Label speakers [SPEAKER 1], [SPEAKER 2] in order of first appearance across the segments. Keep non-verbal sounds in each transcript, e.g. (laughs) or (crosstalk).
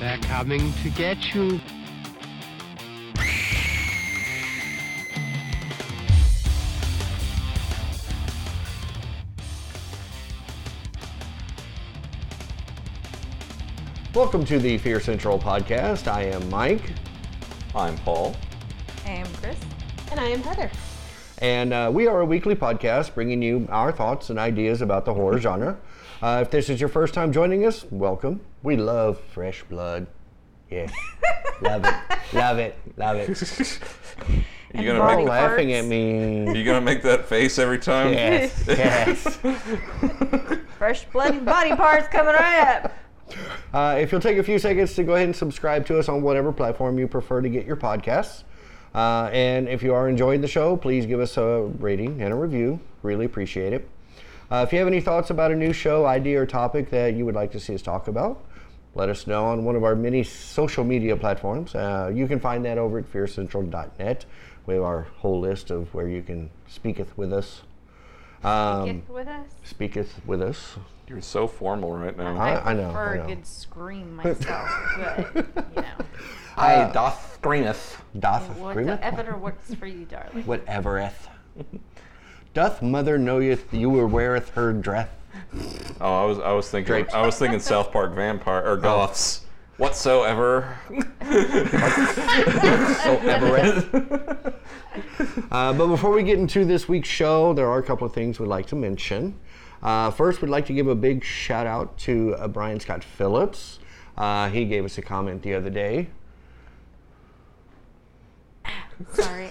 [SPEAKER 1] They're coming to get you.
[SPEAKER 2] Welcome to the Fear Central podcast. I am Mike,
[SPEAKER 3] I'm Paul. (laughs)
[SPEAKER 4] I am Chris.
[SPEAKER 5] And I am Heather.
[SPEAKER 2] and uh, we are a weekly podcast bringing you our thoughts and ideas about the horror genre. Uh, if this is your first time joining us, welcome. We love fresh blood. Yes, love it, love it, love
[SPEAKER 3] (laughs)
[SPEAKER 2] it.
[SPEAKER 4] And
[SPEAKER 3] You gonna
[SPEAKER 2] You're
[SPEAKER 4] Barney
[SPEAKER 3] make,
[SPEAKER 2] laughing
[SPEAKER 4] farts.
[SPEAKER 2] at me.
[SPEAKER 3] you gonna make that face every time?
[SPEAKER 2] Yes, yes.
[SPEAKER 4] Fresh bloody body parts coming right up.
[SPEAKER 2] Uh, if you'll take a few seconds to go ahead and subscribe to us on whatever platform you prefer to get your podcasts. Uh, and if you are enjoying the show, please give us a rating and a review. Really appreciate it. Uh, if you have any thoughts about a new show, idea, or topic that you would like to see us talk about, let us know on one of our many social media platforms. Uh, you can find that over at fearcentral.net. We have our whole list of where you can speaketh with us. (laughs) Um,
[SPEAKER 4] Get with us.
[SPEAKER 2] speaketh with us.
[SPEAKER 3] You're so formal right now.
[SPEAKER 2] I- I know, I
[SPEAKER 4] prefer
[SPEAKER 2] know.
[SPEAKER 4] a good
[SPEAKER 2] (laughs)
[SPEAKER 4] scream myself, but you know,
[SPEAKER 3] I doth screeneth.
[SPEAKER 2] Uh, Doth agreement?
[SPEAKER 4] whatever works for you, darling.
[SPEAKER 2] whatevereth. Doth mother knoweth you were weareth her dress?
[SPEAKER 3] Oh, I was I was thinking
[SPEAKER 2] Drapes.
[SPEAKER 3] I was thinking South Park vampire or goths. Whatsoever.
[SPEAKER 2] So evereth. uh, but before we get into this week's show, there are a couple of things we'd like to mention. Uh, first, we'd like to give a big shout out to uh, Brian Scott Phillips. Uh, he gave us a comment the other day.
[SPEAKER 4] Sorry.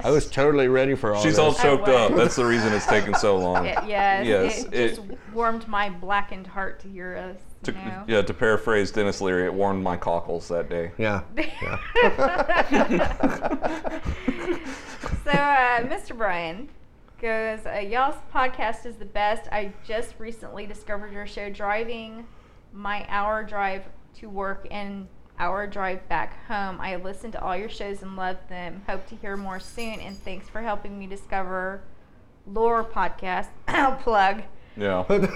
[SPEAKER 2] I was totally ready for all
[SPEAKER 3] She's
[SPEAKER 2] this.
[SPEAKER 3] all choked
[SPEAKER 4] was.
[SPEAKER 3] up. That's the reason it's taking so
[SPEAKER 4] (laughs)
[SPEAKER 3] long.
[SPEAKER 4] It, yes,
[SPEAKER 3] Yes,
[SPEAKER 4] it,
[SPEAKER 3] it-
[SPEAKER 4] just warmed my blackened heart to hear us.
[SPEAKER 3] To-
[SPEAKER 4] You know?
[SPEAKER 3] yeah, to paraphrase Dennis Leary, it warmed my cockles that day.
[SPEAKER 2] yeah.
[SPEAKER 4] So, uh, Mr. Brian goes, uh, Y'all's podcast is the best. I just recently discovered your show driving my hour drive to work and hour drive back home. I listen to all your shows and love them. Hope to hear more soon. And thanks for helping me discover Lore Podcast. (coughs) I'll plug.
[SPEAKER 3] Yeah. With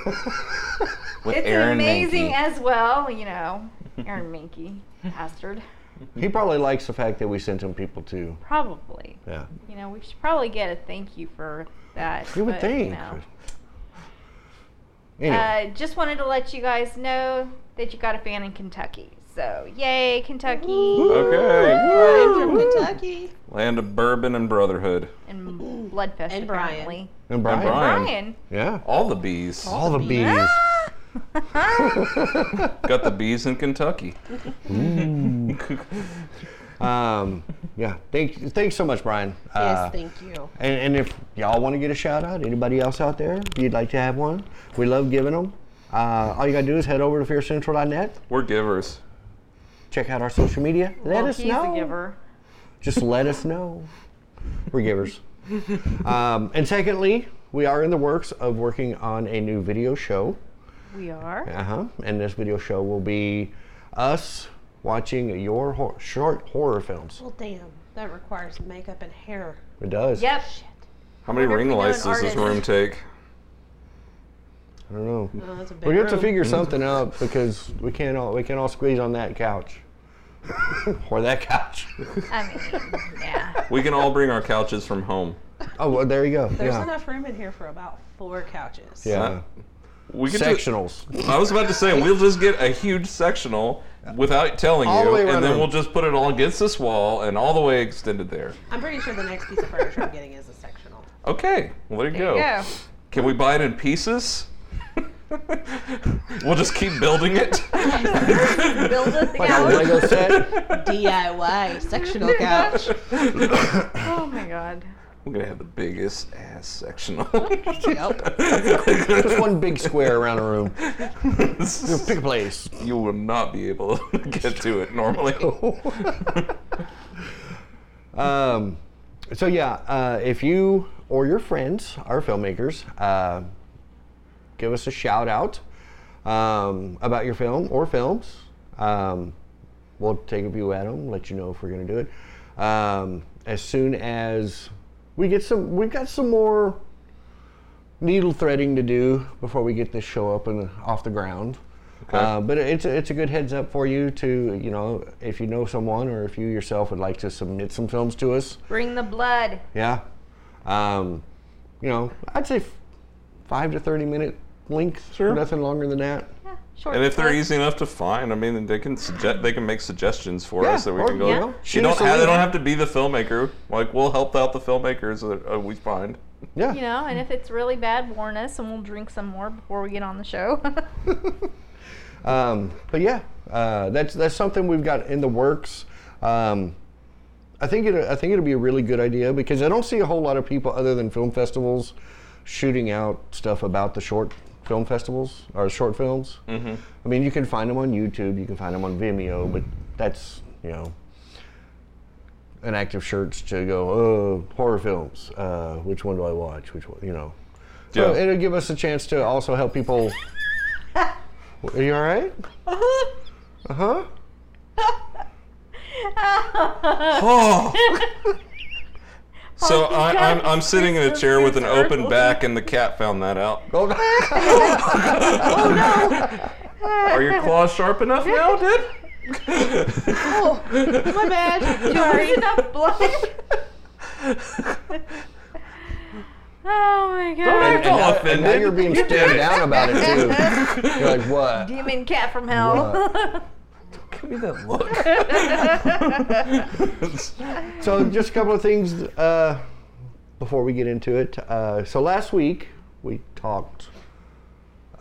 [SPEAKER 4] It's
[SPEAKER 3] Aaron
[SPEAKER 4] amazing
[SPEAKER 3] Mankey.
[SPEAKER 4] as well. You know, Aaron Minky, bastard.
[SPEAKER 2] He probably likes the fact that we sent him people too.
[SPEAKER 4] Probably.
[SPEAKER 2] Yeah.
[SPEAKER 4] You know, we should probably get a thank you for that.
[SPEAKER 2] You would
[SPEAKER 4] but,
[SPEAKER 2] think.
[SPEAKER 4] know.
[SPEAKER 2] Anyway.
[SPEAKER 4] Uh, just wanted to let you guys know that you got a fan in Kentucky. So, yay,
[SPEAKER 3] (laughs)
[SPEAKER 4] Kentucky
[SPEAKER 3] Okay.
[SPEAKER 5] I'm from Kentucky.
[SPEAKER 3] Land of bourbon and brotherhood.
[SPEAKER 4] and Bloodfest
[SPEAKER 5] And Brian.
[SPEAKER 4] apparently.
[SPEAKER 2] and Brian.
[SPEAKER 3] and Brian.
[SPEAKER 4] Brian.
[SPEAKER 2] Yeah.
[SPEAKER 3] All the bees.
[SPEAKER 2] All the bees.
[SPEAKER 3] Got the bees in Kentucky.
[SPEAKER 2] Um, yeah. Thank, thanks so much, Brian. Uh,
[SPEAKER 5] yes, thank you.
[SPEAKER 2] and, and if y'all want to get a shout out, anybody else out there, you'd like to have one, we love giving them. Uh, all you gotta do is head over to fearcentral.net,
[SPEAKER 3] We're givers.
[SPEAKER 2] check out our social media, let
[SPEAKER 4] Well,
[SPEAKER 2] us
[SPEAKER 4] he's
[SPEAKER 2] know.
[SPEAKER 4] a giver.
[SPEAKER 2] Just let us know. We're
[SPEAKER 4] (laughs)
[SPEAKER 2] givers. um, and secondly, we are in the works of working on a new video show.
[SPEAKER 4] We are.
[SPEAKER 2] Uh huh. And this video show will be us watching your hor- short horror films.
[SPEAKER 5] Well, damn, that requires makeup and hair.
[SPEAKER 2] It does.
[SPEAKER 4] Yep.
[SPEAKER 3] How many
[SPEAKER 4] wonder if
[SPEAKER 3] ring
[SPEAKER 4] we know an
[SPEAKER 3] lights does this
[SPEAKER 4] artist.
[SPEAKER 3] room take?
[SPEAKER 2] I don't know.
[SPEAKER 5] No, Oh, that's a big
[SPEAKER 2] We have to
[SPEAKER 5] room.
[SPEAKER 2] figure something out because we can't all we can't all squeeze on that couch (laughs) or that couch.
[SPEAKER 4] I mean,
[SPEAKER 3] (laughs)
[SPEAKER 4] yeah.
[SPEAKER 3] We can all bring our couches from home.
[SPEAKER 2] (laughs) Oh, well, there you go.
[SPEAKER 5] There's
[SPEAKER 2] yeah,
[SPEAKER 5] enough room in here for about four couches.
[SPEAKER 2] yeah.
[SPEAKER 3] We can
[SPEAKER 2] Sectionals.
[SPEAKER 3] Just, I was about to say we'll just get a huge sectional without telling
[SPEAKER 2] All the
[SPEAKER 3] you,
[SPEAKER 2] way around
[SPEAKER 3] and then
[SPEAKER 2] the-
[SPEAKER 3] we'll just put it all against this wall and all the way extended there.
[SPEAKER 5] I'm pretty sure the next piece of furniture I'm getting is a (laughs) sectional.
[SPEAKER 3] Okay, well there you
[SPEAKER 4] There
[SPEAKER 3] go.
[SPEAKER 4] you go.
[SPEAKER 3] Can we buy it in pieces? (laughs) we'll just keep building it.
[SPEAKER 4] Build us a
[SPEAKER 2] like a
[SPEAKER 4] couch.
[SPEAKER 2] Lego (laughs) set.
[SPEAKER 5] DIY (laughs) sectional couch.
[SPEAKER 4] Oh my god.
[SPEAKER 3] We're gonna have the biggest ass sectional.
[SPEAKER 2] (laughs)
[SPEAKER 3] (laughs)
[SPEAKER 5] Yep.
[SPEAKER 2] Just one big square around the (laughs) room. Pick a place.
[SPEAKER 3] you will not be able (laughs) to get to it
[SPEAKER 2] (laughs)
[SPEAKER 3] normally.
[SPEAKER 2] Um, so yeah, uh, if you or your friends are filmmakers, uh, give us a shout out um, about your film or films. Um, we'll take a view at them, let you know if we're gonna do it. Um, as soon as we get some, we've got some more needle threading to do before we get this show up and off the ground. Uh, but it's a, it's a good heads up for you to you know if you know someone or if you yourself would like to submit some films to us.
[SPEAKER 4] Bring the blood.
[SPEAKER 2] Yeah, um, you know I'd say f- five to thirty minute length.
[SPEAKER 3] Sure.
[SPEAKER 2] Nothing longer than that.
[SPEAKER 4] Yeah, short.
[SPEAKER 3] And if they're
[SPEAKER 4] clip.
[SPEAKER 3] easy enough to find, I mean, they can suggest they can make suggestions for
[SPEAKER 2] Yeah,
[SPEAKER 3] us that we
[SPEAKER 2] or,
[SPEAKER 3] can go.
[SPEAKER 2] you
[SPEAKER 4] Yeah.
[SPEAKER 2] know,
[SPEAKER 3] She
[SPEAKER 2] shoot
[SPEAKER 3] don't
[SPEAKER 2] us a
[SPEAKER 3] have, they
[SPEAKER 2] link.
[SPEAKER 3] don't have to be the filmmaker. Like we'll help out the filmmakers that uh, we find.
[SPEAKER 2] Yeah.
[SPEAKER 4] you know, and if it's really bad, warn us, and we'll drink some more before we get on
[SPEAKER 3] (laughs)
[SPEAKER 4] the show.
[SPEAKER 2] Um, but yeah, uh, that's that's something we've got in the works. Um, I think it I think it'll be a really good idea because I don't see a whole lot of people other than film festivals shooting out stuff about the short film festivals or short films. Mm-hmm. I mean, you can find them on YouTube, you can find them on Vimeo, but that's you know an active search to go oh horror films. Uh, which one do I watch? Which one you know? So
[SPEAKER 3] Yeah.
[SPEAKER 2] it'll give us a chance to also help people. Are you all right?
[SPEAKER 3] Uh-huh.
[SPEAKER 2] Uh huh.
[SPEAKER 3] Oh. (laughs) so
[SPEAKER 4] Oh,
[SPEAKER 3] I, I'm
[SPEAKER 4] God.
[SPEAKER 3] I'm sitting in a chair with an open back, and the cat found that out.
[SPEAKER 2] Oh,
[SPEAKER 3] Are your claws sharp enough now, dude? (laughs)
[SPEAKER 5] My
[SPEAKER 4] (laughs)
[SPEAKER 5] bad.
[SPEAKER 4] Sorry.
[SPEAKER 3] (laughs)
[SPEAKER 4] enough blood. (laughs) oh my
[SPEAKER 3] act
[SPEAKER 4] god.
[SPEAKER 2] now, and
[SPEAKER 3] all
[SPEAKER 2] now
[SPEAKER 3] offended.
[SPEAKER 2] you're being stared down about it too. You're like, what?
[SPEAKER 4] Demon cat from (laughs) hell.
[SPEAKER 3] Give me that look.
[SPEAKER 2] So just a couple of things uh, before we get into it. Uh, so last week we talked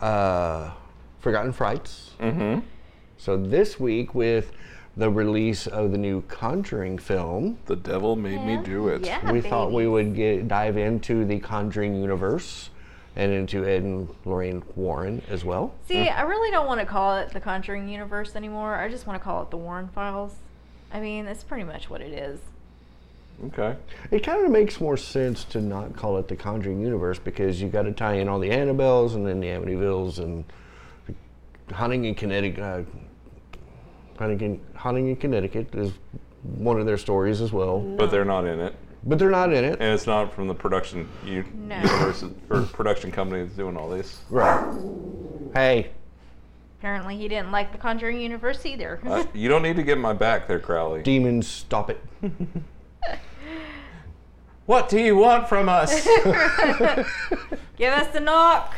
[SPEAKER 2] uh, Forgotten Frights. Mm-hmm. So this week with the release of the new Conjuring film,
[SPEAKER 3] the devil made me do it.
[SPEAKER 4] yeah,
[SPEAKER 2] we
[SPEAKER 4] baby.
[SPEAKER 2] thought we would get, dive into the Conjuring universe and into Ed and Lorraine Warren as well.
[SPEAKER 4] See, I really don't want to call it the Conjuring universe anymore. I just want to call it the Warren Files. I mean, that's pretty much what it is.
[SPEAKER 3] Okay.
[SPEAKER 2] It kind of makes more sense to not call it the Conjuring universe because you got to tie in all the Annabelles and then the Amityvilles and hunting in Connecticut. Uh, hunting, in, hunting in Connecticut is one of their stories as well,
[SPEAKER 3] But they're not in it,
[SPEAKER 2] but they're not in it.
[SPEAKER 3] and it's not from the production u-
[SPEAKER 4] No.
[SPEAKER 2] (laughs)
[SPEAKER 3] universe or production company that's doing all this.
[SPEAKER 2] Right. Hey,
[SPEAKER 4] Apparently, he didn't like the Conjuring universe either.
[SPEAKER 3] Uh, you don't need to get my back there, Crowley.
[SPEAKER 2] demons, stop it. (laughs)
[SPEAKER 3] What do you want from us?
[SPEAKER 4] (laughs) Give us the knock.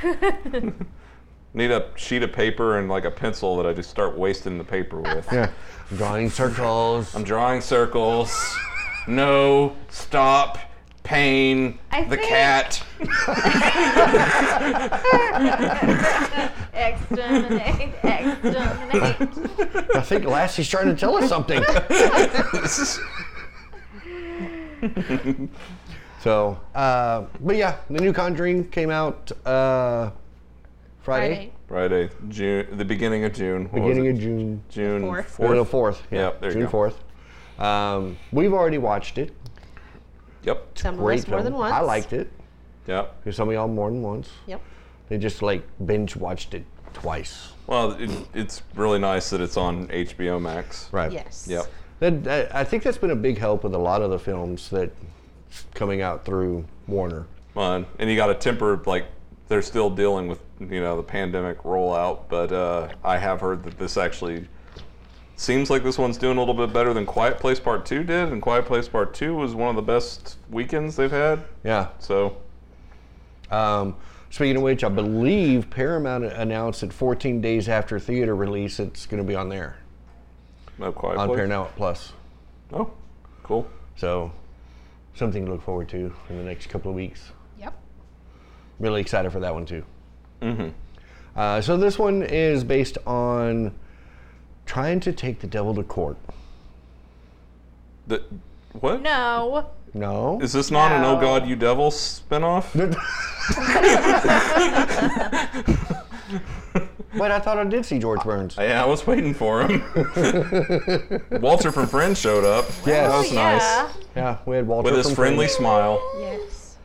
[SPEAKER 3] (laughs)
[SPEAKER 4] (laughs)
[SPEAKER 3] Need a sheet of paper and like a pencil that I just start wasting the paper with.
[SPEAKER 2] Yeah. Drawing circles.
[SPEAKER 3] I'm drawing circles. No, stop, pain,
[SPEAKER 4] I
[SPEAKER 3] the
[SPEAKER 4] think- (laughs)
[SPEAKER 3] cat.
[SPEAKER 4] exterminate,
[SPEAKER 2] (laughs)
[SPEAKER 4] exterminate.
[SPEAKER 2] I think Lassie's trying to tell us something. (laughs) so, uh, but yeah, the new Conjuring came out uh, Friday,
[SPEAKER 3] Friday, June, the beginning of June. What was
[SPEAKER 2] beginning
[SPEAKER 3] it?
[SPEAKER 2] of June,
[SPEAKER 3] June
[SPEAKER 5] Fourth.
[SPEAKER 2] or the
[SPEAKER 3] 4th.
[SPEAKER 2] fourth. Yeah,
[SPEAKER 3] Yep, there you
[SPEAKER 2] June
[SPEAKER 3] go.
[SPEAKER 2] fourth. Um, we've already watched it.
[SPEAKER 3] Yep.
[SPEAKER 5] Some of
[SPEAKER 2] Great
[SPEAKER 5] us more
[SPEAKER 2] film.
[SPEAKER 5] than once.
[SPEAKER 2] I liked it.
[SPEAKER 3] Yep.
[SPEAKER 2] There's some of y'all more than once.
[SPEAKER 5] Yep.
[SPEAKER 2] They just like binge watched it twice.
[SPEAKER 3] Well, it, it's really nice that it's on HBO Max.
[SPEAKER 2] Right.
[SPEAKER 5] Yes.
[SPEAKER 3] Yep.
[SPEAKER 2] That, that, I think that's been a big help with a lot of the films that coming out through Warner.
[SPEAKER 3] Fun. And you got to temper like they're still dealing with you know the pandemic rollout, but uh, I have heard that this actually seems like this one's doing a little bit better than Quiet Place Part Two did, and Quiet Place Part Two was one of the best weekends they've had.
[SPEAKER 2] Yeah.
[SPEAKER 3] So
[SPEAKER 2] Um, speaking of which, I believe Paramount announced that 14 days after theater release, it's going to be on there
[SPEAKER 3] no Quiet
[SPEAKER 2] on
[SPEAKER 3] Place.
[SPEAKER 2] Paramount Plus.
[SPEAKER 3] Oh, cool.
[SPEAKER 2] So something to look forward to in the next couple of weeks.
[SPEAKER 5] Yep.
[SPEAKER 2] Really excited for that one too. Mm-hmm. Uh, so this one is based on trying to take the devil to court.
[SPEAKER 3] The, what?
[SPEAKER 4] No.
[SPEAKER 2] No. (laughs)
[SPEAKER 3] Is this not an
[SPEAKER 4] No.
[SPEAKER 3] Oh God You Devil spinoff? (laughs)
[SPEAKER 2] Wait, I thought I did see George Burns. (laughs)
[SPEAKER 3] Yeah, I was waiting for him. (laughs) Walter from Friends showed up
[SPEAKER 2] yes.
[SPEAKER 4] Oh,
[SPEAKER 3] was nice.
[SPEAKER 4] yeah.
[SPEAKER 2] Yeah, we had Walter
[SPEAKER 3] with his
[SPEAKER 2] from
[SPEAKER 3] friendly
[SPEAKER 2] Friends.
[SPEAKER 3] smile.
[SPEAKER 5] Yes.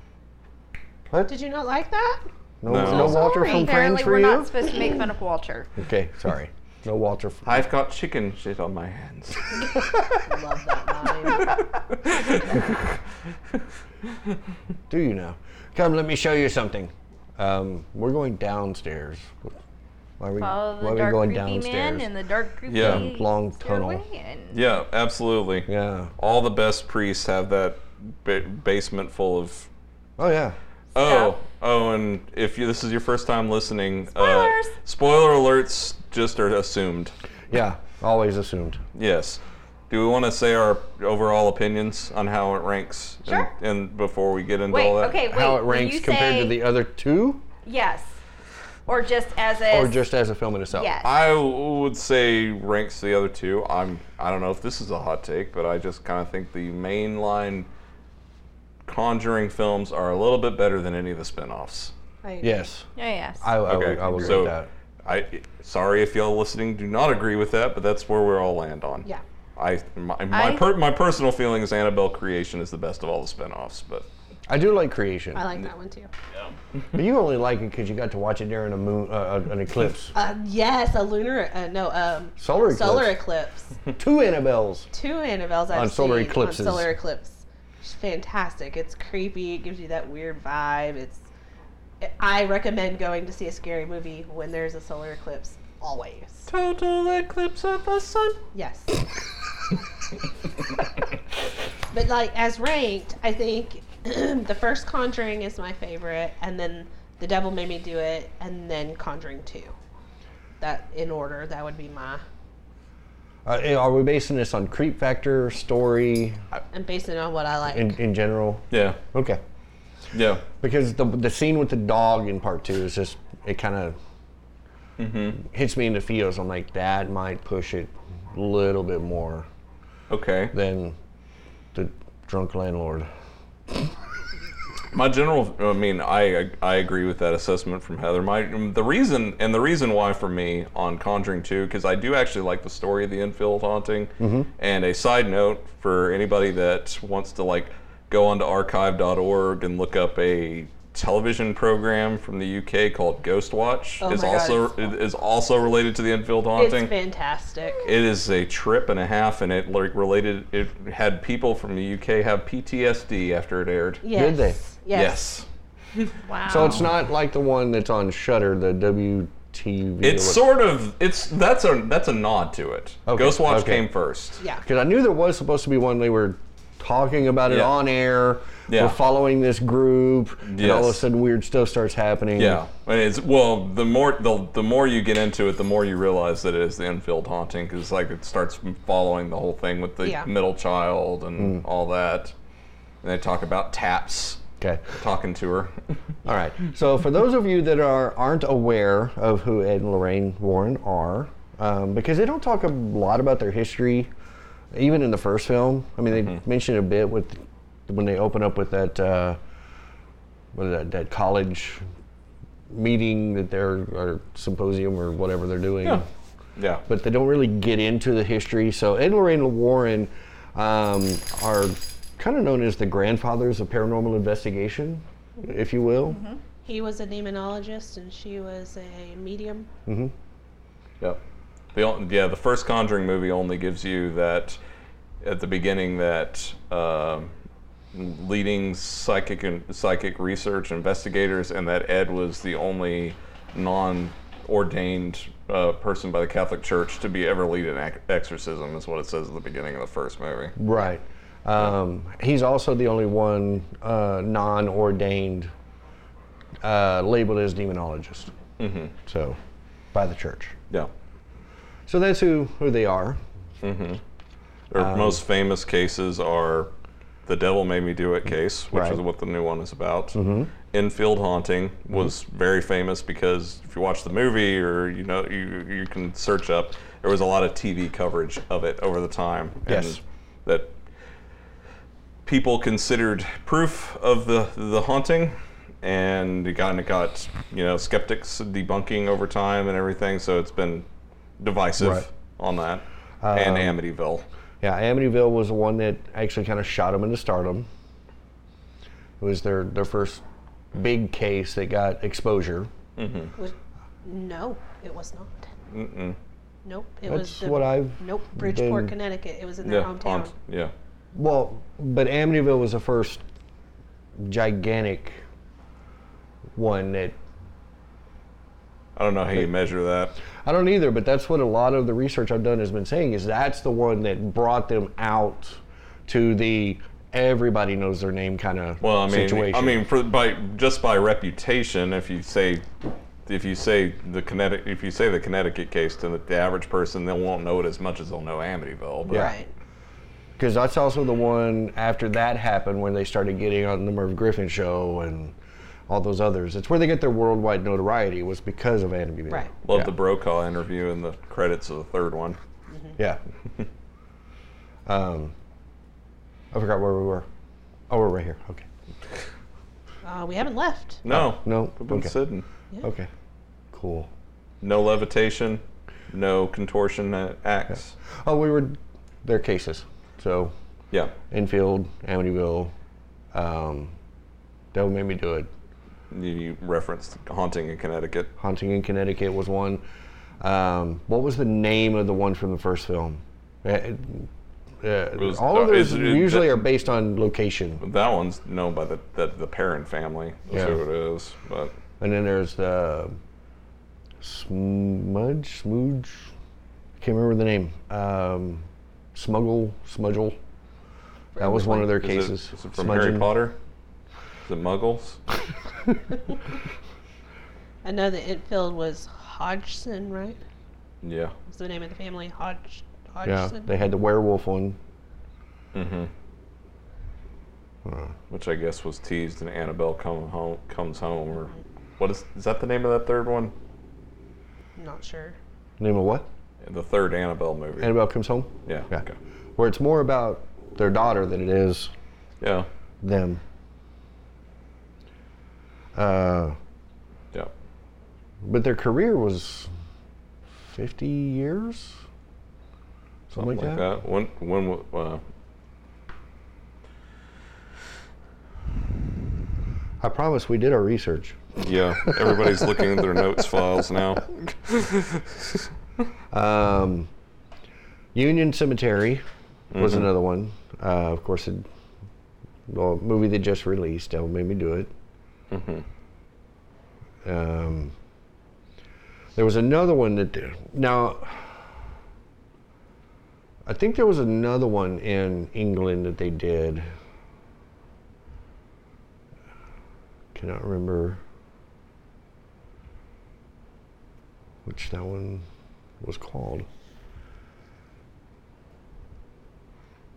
[SPEAKER 2] What?
[SPEAKER 5] Did you not like that?
[SPEAKER 2] No, no
[SPEAKER 3] No.
[SPEAKER 2] Walter
[SPEAKER 5] Sorry.
[SPEAKER 2] from Friends
[SPEAKER 4] Apparently,
[SPEAKER 2] for
[SPEAKER 4] we're
[SPEAKER 2] you.
[SPEAKER 4] not supposed to make fun of Walter.
[SPEAKER 2] Okay, sorry. No
[SPEAKER 3] (laughs)
[SPEAKER 2] Walter. From-
[SPEAKER 3] I've got chicken shit on my
[SPEAKER 2] (laughs)
[SPEAKER 3] hands.
[SPEAKER 5] Love that line.
[SPEAKER 2] Do you now? Come, let me show you something. Um, we're going downstairs. Why are we,
[SPEAKER 4] Follow the
[SPEAKER 2] why are we
[SPEAKER 4] dark
[SPEAKER 2] going
[SPEAKER 4] creepy man
[SPEAKER 2] downstairs?
[SPEAKER 4] in the dark creepy
[SPEAKER 3] Yeah.
[SPEAKER 2] Long tunnel.
[SPEAKER 4] stairway and-
[SPEAKER 3] Yeah, absolutely.
[SPEAKER 2] yeah.
[SPEAKER 3] All the best priests have that ba- basement full of.
[SPEAKER 2] Oh yeah.
[SPEAKER 3] Oh, oh, and if you, this is your first time listening,
[SPEAKER 4] Spoilers!
[SPEAKER 3] Uh, spoiler alerts just are assumed.
[SPEAKER 2] Yeah. Always assumed.
[SPEAKER 3] Yes. Do we want to say our overall opinions on how it ranks?
[SPEAKER 4] Sure.
[SPEAKER 3] And, and before we get into
[SPEAKER 4] Wait,
[SPEAKER 3] all that,
[SPEAKER 4] okay, wait.
[SPEAKER 2] uh, How it
[SPEAKER 4] will
[SPEAKER 2] ranks
[SPEAKER 4] you
[SPEAKER 2] compared
[SPEAKER 4] say
[SPEAKER 2] to the other two,
[SPEAKER 4] Yes. Or just as a
[SPEAKER 2] or just as a film in itself.
[SPEAKER 4] yes.
[SPEAKER 3] I would say ranks the other two. I'm. I don't know if this is a hot take, but I just kind of think the mainline Conjuring films are a little bit better than any of the spin-offs.
[SPEAKER 5] (laughs) I,
[SPEAKER 2] Yes.
[SPEAKER 4] Yeah, yes.
[SPEAKER 2] I, I,
[SPEAKER 3] Okay,
[SPEAKER 2] will, I will agree
[SPEAKER 3] so
[SPEAKER 2] with that.
[SPEAKER 3] I sorry if y'all listening do not agree with that, but that's where we all land on.
[SPEAKER 5] Yeah.
[SPEAKER 3] I my my,
[SPEAKER 4] I-
[SPEAKER 3] per, my personal feeling is Annabelle Creation is the best of all the spin-offs, but
[SPEAKER 2] I do like creation,
[SPEAKER 5] I like that one too.
[SPEAKER 2] but you only like it because you got to watch it during a moon, uh, uh, an
[SPEAKER 4] (laughs)
[SPEAKER 2] eclipse.
[SPEAKER 5] Uh, yes, a lunar, uh, no, um,
[SPEAKER 2] Solar eclipse.
[SPEAKER 5] solar eclipse.
[SPEAKER 2] Two Annabelles.
[SPEAKER 5] Two Annabelles I've
[SPEAKER 2] On solar
[SPEAKER 5] seen
[SPEAKER 2] eclipses.
[SPEAKER 5] on solar eclipse. It's fantastic. It's creepy. It gives you that weird vibe. It's. I recommend going to see a scary movie when there's a solar eclipse. Always.
[SPEAKER 3] total eclipse of the sun.
[SPEAKER 2] (laughs)
[SPEAKER 5] Yes. but like as ranked, I think (clears throat) the first Conjuring is my favorite, and then The Devil Made Me Do It, and then Conjuring Two. That in order, that would be my.
[SPEAKER 2] Uh, are we basing this on creep factor, story,
[SPEAKER 5] I'm basing it on what I like.
[SPEAKER 2] in, in general?
[SPEAKER 3] Yeah.
[SPEAKER 2] Okay.
[SPEAKER 3] Yeah.
[SPEAKER 2] Because the the scene with the dog in part two is just it kind of
[SPEAKER 3] Mm-hmm.
[SPEAKER 2] hits me in the feels. I'm like that might push it a little bit more
[SPEAKER 3] Okay.
[SPEAKER 2] than the drunk landlord.
[SPEAKER 3] My general, I mean, I I agree with that assessment from Heather. My the reason and the reason why for me on Conjuring Two because I do actually like the story of the infield haunting. And a side note for anybody that wants to like go onto archive.org and look up a television program from the UK called Ghost Watch
[SPEAKER 5] Oh
[SPEAKER 3] is
[SPEAKER 5] my God,
[SPEAKER 3] also is also related to the infield
[SPEAKER 5] it's
[SPEAKER 3] haunting.
[SPEAKER 5] fantastic.
[SPEAKER 3] It is a trip and a half, and it like related. It had people from the UK have PTSD after it aired.
[SPEAKER 5] Yes.
[SPEAKER 2] Did they?
[SPEAKER 5] Yes.
[SPEAKER 3] yes.
[SPEAKER 4] wow.
[SPEAKER 2] So it's not like the one that's on Shutter, the WTV.
[SPEAKER 3] It's sort of it's that's a that's a nod to it.
[SPEAKER 2] Okay,
[SPEAKER 3] Ghost Watch
[SPEAKER 2] okay.
[SPEAKER 3] came first.
[SPEAKER 5] Yeah.
[SPEAKER 2] because I knew there was supposed to be one. They were talking about it
[SPEAKER 3] Yeah.
[SPEAKER 2] on air.
[SPEAKER 3] Yeah.
[SPEAKER 2] We're following this group, and all of a
[SPEAKER 3] Yes.
[SPEAKER 2] sudden weird stuff starts happening.
[SPEAKER 3] Yeah, and it's well the more the the more you get into it, the more you realize that it is the infield haunting because like it starts following the whole thing with the
[SPEAKER 5] Yeah.
[SPEAKER 3] middle child
[SPEAKER 2] Hmm.
[SPEAKER 3] and all that, and they talk about taps
[SPEAKER 2] Okay.
[SPEAKER 3] talking to her. (laughs)
[SPEAKER 2] All right. So for those of you that are aren't aware of who Ed and Lorraine Warren are, um, because they don't talk a lot about their history, even in the first film. I mean, they mention it a bit with when they open up with that uh, what is that, that college meeting that they're or symposium or whatever they're doing
[SPEAKER 3] yeah,
[SPEAKER 2] but they don't really get into the history. So Ed and Lorraine Warren um, are kind of known as the grandfathers of paranormal investigation, if you will.
[SPEAKER 5] He was a demonologist and she was a medium.
[SPEAKER 3] Yep. The on- yeah the first Conjuring movie only gives you that at the beginning that um leading psychic and psychic research investigators and that Ed was the only non-ordained uh, person by the Catholic Church to be ever lead an ac- exorcism is what it says at the beginning of the first movie.
[SPEAKER 2] Right. Um, he's also the only one uh, non-ordained uh, labeled as demonologist. So, by the church.
[SPEAKER 3] Yeah.
[SPEAKER 2] So that's who who they are.
[SPEAKER 3] Their
[SPEAKER 2] Um,
[SPEAKER 3] most famous cases are the Devil Made Me Do It case, which
[SPEAKER 2] Right. Mm-hmm.
[SPEAKER 3] is what the new one is about. Infield Haunting was very famous because if you watch the movie or you know you you can search up, there was a lot of TV coverage of it over the time. and
[SPEAKER 2] Yes.
[SPEAKER 3] that people considered proof of the the haunting, and it got and it got you know skeptics debunking over time and everything. So it's been divisive
[SPEAKER 2] Right. Um,
[SPEAKER 3] on that. and Amityville.
[SPEAKER 2] Yeah, Amityville was the one that actually kind of shot them into stardom. It was their their first big case that got exposure.
[SPEAKER 5] Was, no, it was not. Mm-mm. Nope. It was
[SPEAKER 2] That's
[SPEAKER 5] the,
[SPEAKER 2] what I've
[SPEAKER 5] Nope. Bridgeport,
[SPEAKER 2] been-
[SPEAKER 5] Connecticut. It was in their hometown.
[SPEAKER 3] on- yeah.
[SPEAKER 2] Well, but Amityville was the first gigantic one that
[SPEAKER 3] I don't know how you measure that.
[SPEAKER 2] I don't either, but that's what a lot of the research I've done has been saying is that's the one that brought them out to the everybody knows their name kind of
[SPEAKER 3] Well, I mean,
[SPEAKER 2] situation.
[SPEAKER 3] I mean, for by just by reputation, if you say, if you say the Connecticut, if you say the Connecticut case to the, the average person, they won't know it as much as they'll know Amityville. But
[SPEAKER 2] Yeah.
[SPEAKER 5] Right.
[SPEAKER 2] because that's also the one after that happened when they started getting on the Merv Griffin show and all those others. It's where they get their worldwide notoriety was because of Amityville.
[SPEAKER 5] Right.
[SPEAKER 3] love
[SPEAKER 2] yeah.
[SPEAKER 3] the Brokaw interview and the credits of the third one.
[SPEAKER 2] Yeah. (laughs) um, I forgot where we were. Oh, we're right here. Okay.
[SPEAKER 5] Uh, we haven't left.
[SPEAKER 3] No,
[SPEAKER 2] No.
[SPEAKER 3] We've been
[SPEAKER 2] Okay.
[SPEAKER 3] sitting.
[SPEAKER 2] Okay. Cool.
[SPEAKER 3] No levitation, no contortion uh, acts.
[SPEAKER 2] Oh, we were their cases. So
[SPEAKER 3] Yeah.
[SPEAKER 2] Enfield, Amityville, um, Devil Made Me Do It.
[SPEAKER 3] You, you referenced haunting in Connecticut.
[SPEAKER 2] Haunting in Connecticut was one. Um, what was the name of the one from the first film? Uh, uh,
[SPEAKER 3] was-
[SPEAKER 2] all of
[SPEAKER 3] uh, is
[SPEAKER 2] those
[SPEAKER 3] it-
[SPEAKER 2] usually
[SPEAKER 3] that-
[SPEAKER 2] are based on location.
[SPEAKER 3] That one's known by the the, the Perrin family. That's
[SPEAKER 2] Yeah.
[SPEAKER 3] who it is. But
[SPEAKER 2] And then there's the Smudge, Smooge. I can't remember the name. Um, smuggle, Smudgel. That was one of their
[SPEAKER 3] is it-
[SPEAKER 2] cases.
[SPEAKER 3] is it from Harry
[SPEAKER 2] Smudging.
[SPEAKER 3] Potter? Is it Muggles?
[SPEAKER 5] I know that Enfield was Hodgson, right?
[SPEAKER 3] Yeah.
[SPEAKER 5] Was the name of the family Hodge,
[SPEAKER 2] Yeah,
[SPEAKER 5] Hodgson?
[SPEAKER 2] they had the werewolf one.
[SPEAKER 3] Mm-hmm. Which I guess was teased in Annabelle Come Home Comes Home or what is is that the name of that third one?
[SPEAKER 5] I'm not sure.
[SPEAKER 2] Name of what?
[SPEAKER 3] The third Annabelle movie.
[SPEAKER 2] Annabelle Comes Home?
[SPEAKER 3] yeah.
[SPEAKER 2] Yeah.
[SPEAKER 3] Okay.
[SPEAKER 2] Where it's more about their daughter than it is
[SPEAKER 3] Yeah.
[SPEAKER 2] them. Uh,
[SPEAKER 3] Yeah.
[SPEAKER 2] but their career was 50 years? Something,
[SPEAKER 3] Like that. When when w- uh,
[SPEAKER 2] I promise we did our research.
[SPEAKER 3] yeah, everybody's looking at their notes
[SPEAKER 2] (laughs)
[SPEAKER 3] files now.
[SPEAKER 2] Um, Union Cemetery was another one. Uh, of course, it, well, a movie they just released. Devil Made Me Do It. Um, there was another one that they- now. I think there was another one in England that they did. Cannot remember which that one was called.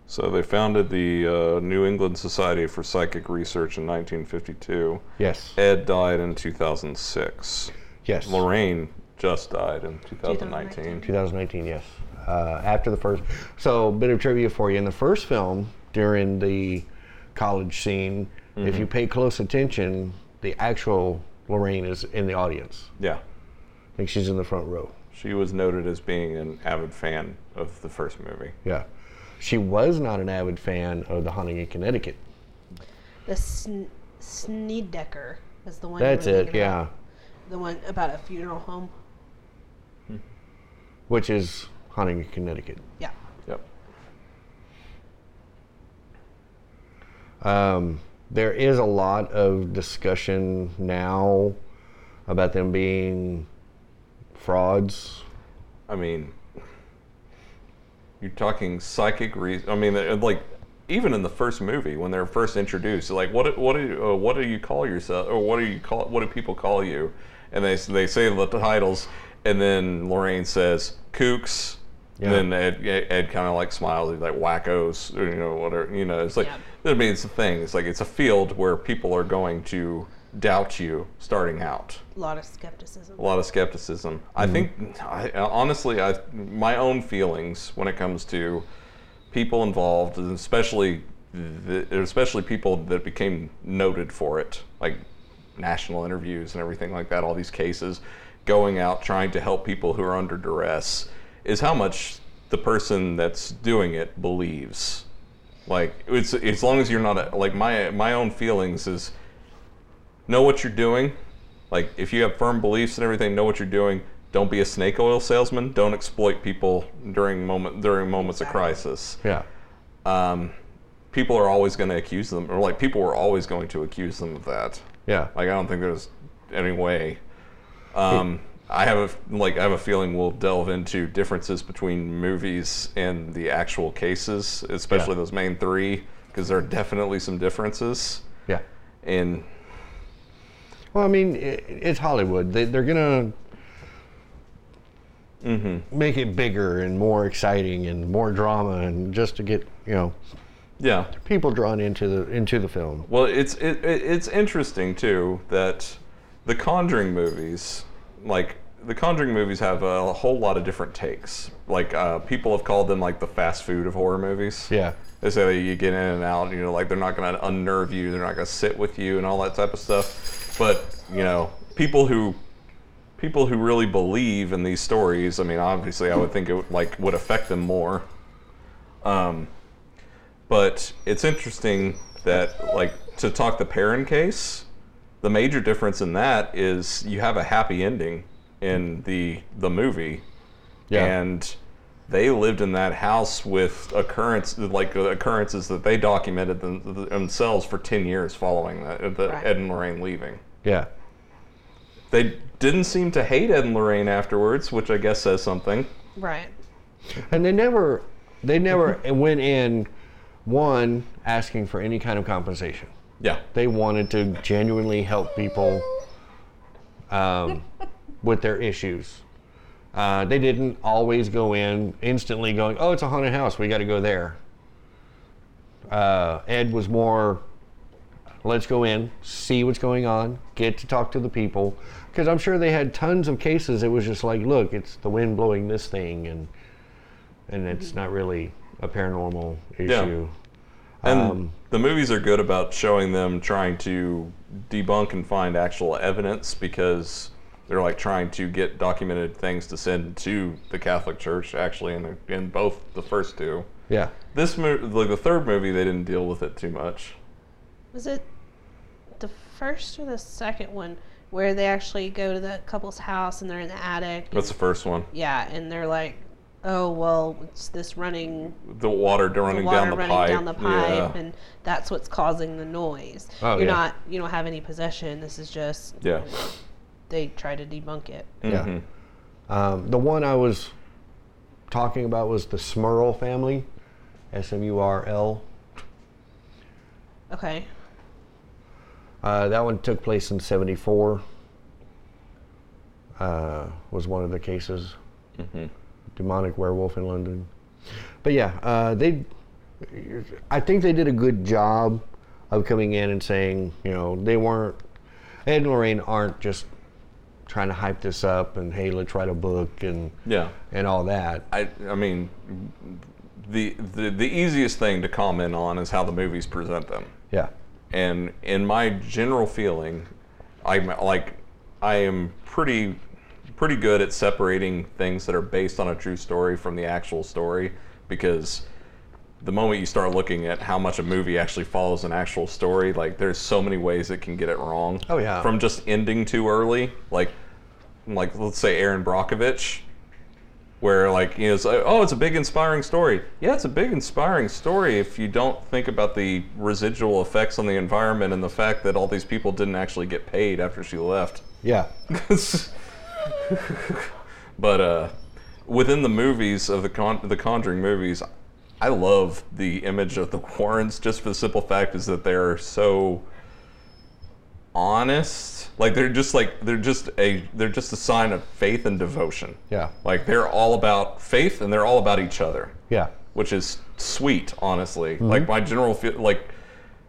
[SPEAKER 3] So they founded the uh, New England Society for Psychic Research in 1952.
[SPEAKER 2] Yes.
[SPEAKER 3] Ed died in 2006.
[SPEAKER 2] Yes.
[SPEAKER 3] Lorraine just died in 2019.
[SPEAKER 2] 2019, yes. Uh, after the first. So, bit of trivia for you. In the first film, during the college scene, if you pay close attention, the actual Lorraine is in the audience.
[SPEAKER 3] Yeah.
[SPEAKER 2] I think she's in the front row.
[SPEAKER 3] She was noted as being an avid fan of the first movie.
[SPEAKER 2] Yeah. She was not an avid fan of The Haunting in Connecticut.
[SPEAKER 5] The sn- Snedecker is the one. you
[SPEAKER 2] That's
[SPEAKER 5] were
[SPEAKER 2] it,
[SPEAKER 5] thinking
[SPEAKER 2] yeah.
[SPEAKER 5] about. The one about a funeral home.
[SPEAKER 2] Which is Haunting in Connecticut.
[SPEAKER 5] Yeah.
[SPEAKER 3] Yep.
[SPEAKER 2] Um, there is a lot of discussion now about them being frauds.
[SPEAKER 3] I mean, you're talking psychic reason. I mean, uh, like even in the first movie when they're first introduced, like what do- what do you, uh, what do you call yourself or what do you call what do people call you? And they s- they say the titles, and then Lorraine says kooks.
[SPEAKER 2] Yeah.
[SPEAKER 3] And then Ed, Ed, kind of like smiles, he's like wackos, or, you know, whatever. You know, it's like, I mean, it's a thing. It's like, it's a field where people are going to doubt you starting out
[SPEAKER 5] A lot of skepticism.
[SPEAKER 3] a lot of skepticism. I think, I, honestly, I my own feelings when it comes to people involved, and especially the, especially people that became noted for it, like national interviews and everything like that. All these cases, going out trying to help people who are under duress, is how much the person that's doing it believes. Like it's as long as you're not a, like my my own feelings is know what you're doing. Like, if you have firm beliefs and everything, know what you're doing. Don't be a snake oil salesman. Don't exploit people during moment during moments of crisis.
[SPEAKER 2] Yeah.
[SPEAKER 3] Um, people are always going to accuse them, or like people were always going to accuse them of that.
[SPEAKER 2] Yeah.
[SPEAKER 3] Like, I don't think there's any way. Um, I have a f- like I have a feeling we'll delve into differences between movies and the actual cases, especially
[SPEAKER 2] Yeah.
[SPEAKER 3] those main three, because there are definitely some differences.
[SPEAKER 2] Yeah.
[SPEAKER 3] And
[SPEAKER 2] Well, I mean, it, it's Hollywood. They, they're gonna make it bigger and more exciting and more drama, and just to get you know
[SPEAKER 3] yeah,
[SPEAKER 2] people drawn into the into the film.
[SPEAKER 3] Well, it's it, it, it's interesting too that the Conjuring movies, like the Conjuring movies, have a whole lot of different takes. Like uh, people have called them like the fast food of horror movies.
[SPEAKER 2] Yeah.
[SPEAKER 3] They say that you get in and out, you know, like they're not going to unnerve you, they're not going to sit with you, and all that type of stuff. But you know, people who people who really believe in these stories, I mean, obviously, I would think it would, like would affect them more. Um, but it's interesting that like to talk the Perrin case, the major difference in that is you have a happy ending in the the movie
[SPEAKER 2] Yeah.
[SPEAKER 3] and they lived in that house with occurrence like uh, occurrences that they documented them, themselves for 10 years following that, uh, the
[SPEAKER 5] Right.
[SPEAKER 3] Ed and Lorraine leaving.
[SPEAKER 2] yeah.
[SPEAKER 3] They didn't seem to hate Ed and Lorraine afterwards, which I guess says something.
[SPEAKER 5] Right.
[SPEAKER 2] And they never they never went in one asking for any kind of compensation.
[SPEAKER 3] Yeah.
[SPEAKER 2] They wanted to genuinely help people um, with their issues. Uh, they didn't always go in instantly going, "Oh, it's a haunted house. We got to go there." Uh, Ed was more, "Let's go in, see what's going on, get to talk to the people," because I'm sure they had tons of cases. It was just like, "Look, it's the wind blowing this thing," and and it's not really a paranormal
[SPEAKER 3] Yeah.
[SPEAKER 2] issue.
[SPEAKER 3] And
[SPEAKER 2] Um,
[SPEAKER 3] the movies are good about showing them trying to debunk and find actual evidence because they're like trying to get documented things to send to the Catholic Church, actually, in, the, in both the first two.
[SPEAKER 2] Yeah.
[SPEAKER 3] This movie, like the third movie, they didn't deal with it too much.
[SPEAKER 5] Was it the first or the second one where they actually go to the couple's house and they're in the attic?
[SPEAKER 3] That's the first one.
[SPEAKER 5] Yeah, and they're like, "Oh well, it's this running
[SPEAKER 3] The water d-
[SPEAKER 5] the
[SPEAKER 3] running
[SPEAKER 5] water
[SPEAKER 3] down the
[SPEAKER 5] running
[SPEAKER 3] pipe.
[SPEAKER 5] down the pipe,
[SPEAKER 3] Yeah.
[SPEAKER 5] and that's what's causing the noise.
[SPEAKER 2] Oh,
[SPEAKER 5] You're
[SPEAKER 2] yeah.
[SPEAKER 5] not you don't have any possession. This is just
[SPEAKER 3] yeah.
[SPEAKER 5] they try to debunk it.
[SPEAKER 2] Yeah.
[SPEAKER 3] Mhm.
[SPEAKER 2] Um, the one I was talking about was the Smurl family, S M U R L.
[SPEAKER 5] Okay,
[SPEAKER 2] Uh, that one took place in '74. Uh, was one of the cases, demonic werewolf in London. But yeah, uh, they. I think they did a good job of coming in and saying, you know, they weren't. Ed and Lorraine aren't just trying to hype this up and hey, let's write a book and
[SPEAKER 3] Yeah.
[SPEAKER 2] and all that.
[SPEAKER 3] I, I mean, the, the the easiest thing to comment on is how the movies present them.
[SPEAKER 2] Yeah.
[SPEAKER 3] and in my general feeling, I'm like I am pretty pretty good at separating things that are based on a true story from the actual story because the moment you start looking at how much a movie actually follows an actual story, like there's so many ways it can get it wrong.
[SPEAKER 2] Oh, yeah.
[SPEAKER 3] From just ending too early, like like let's say Aaron Brockovich, where like you know, it's like, oh, it's a big inspiring story. Yeah, it's a big inspiring story if you don't think about the residual effects on the environment and the fact that all these people didn't actually get paid after she left. (laughs)
[SPEAKER 2] Yeah.
[SPEAKER 3] but uh, within the movies of the con- the Conjuring movies, I love the image of the Warrens just for the simple fact is that they're so honest. Like they're just like they're just a they're just a sign of faith and devotion.
[SPEAKER 2] Yeah.
[SPEAKER 3] Like they're all about faith and they're all about each other
[SPEAKER 2] Yeah.
[SPEAKER 3] which is sweet, honestly. Like my general feel, like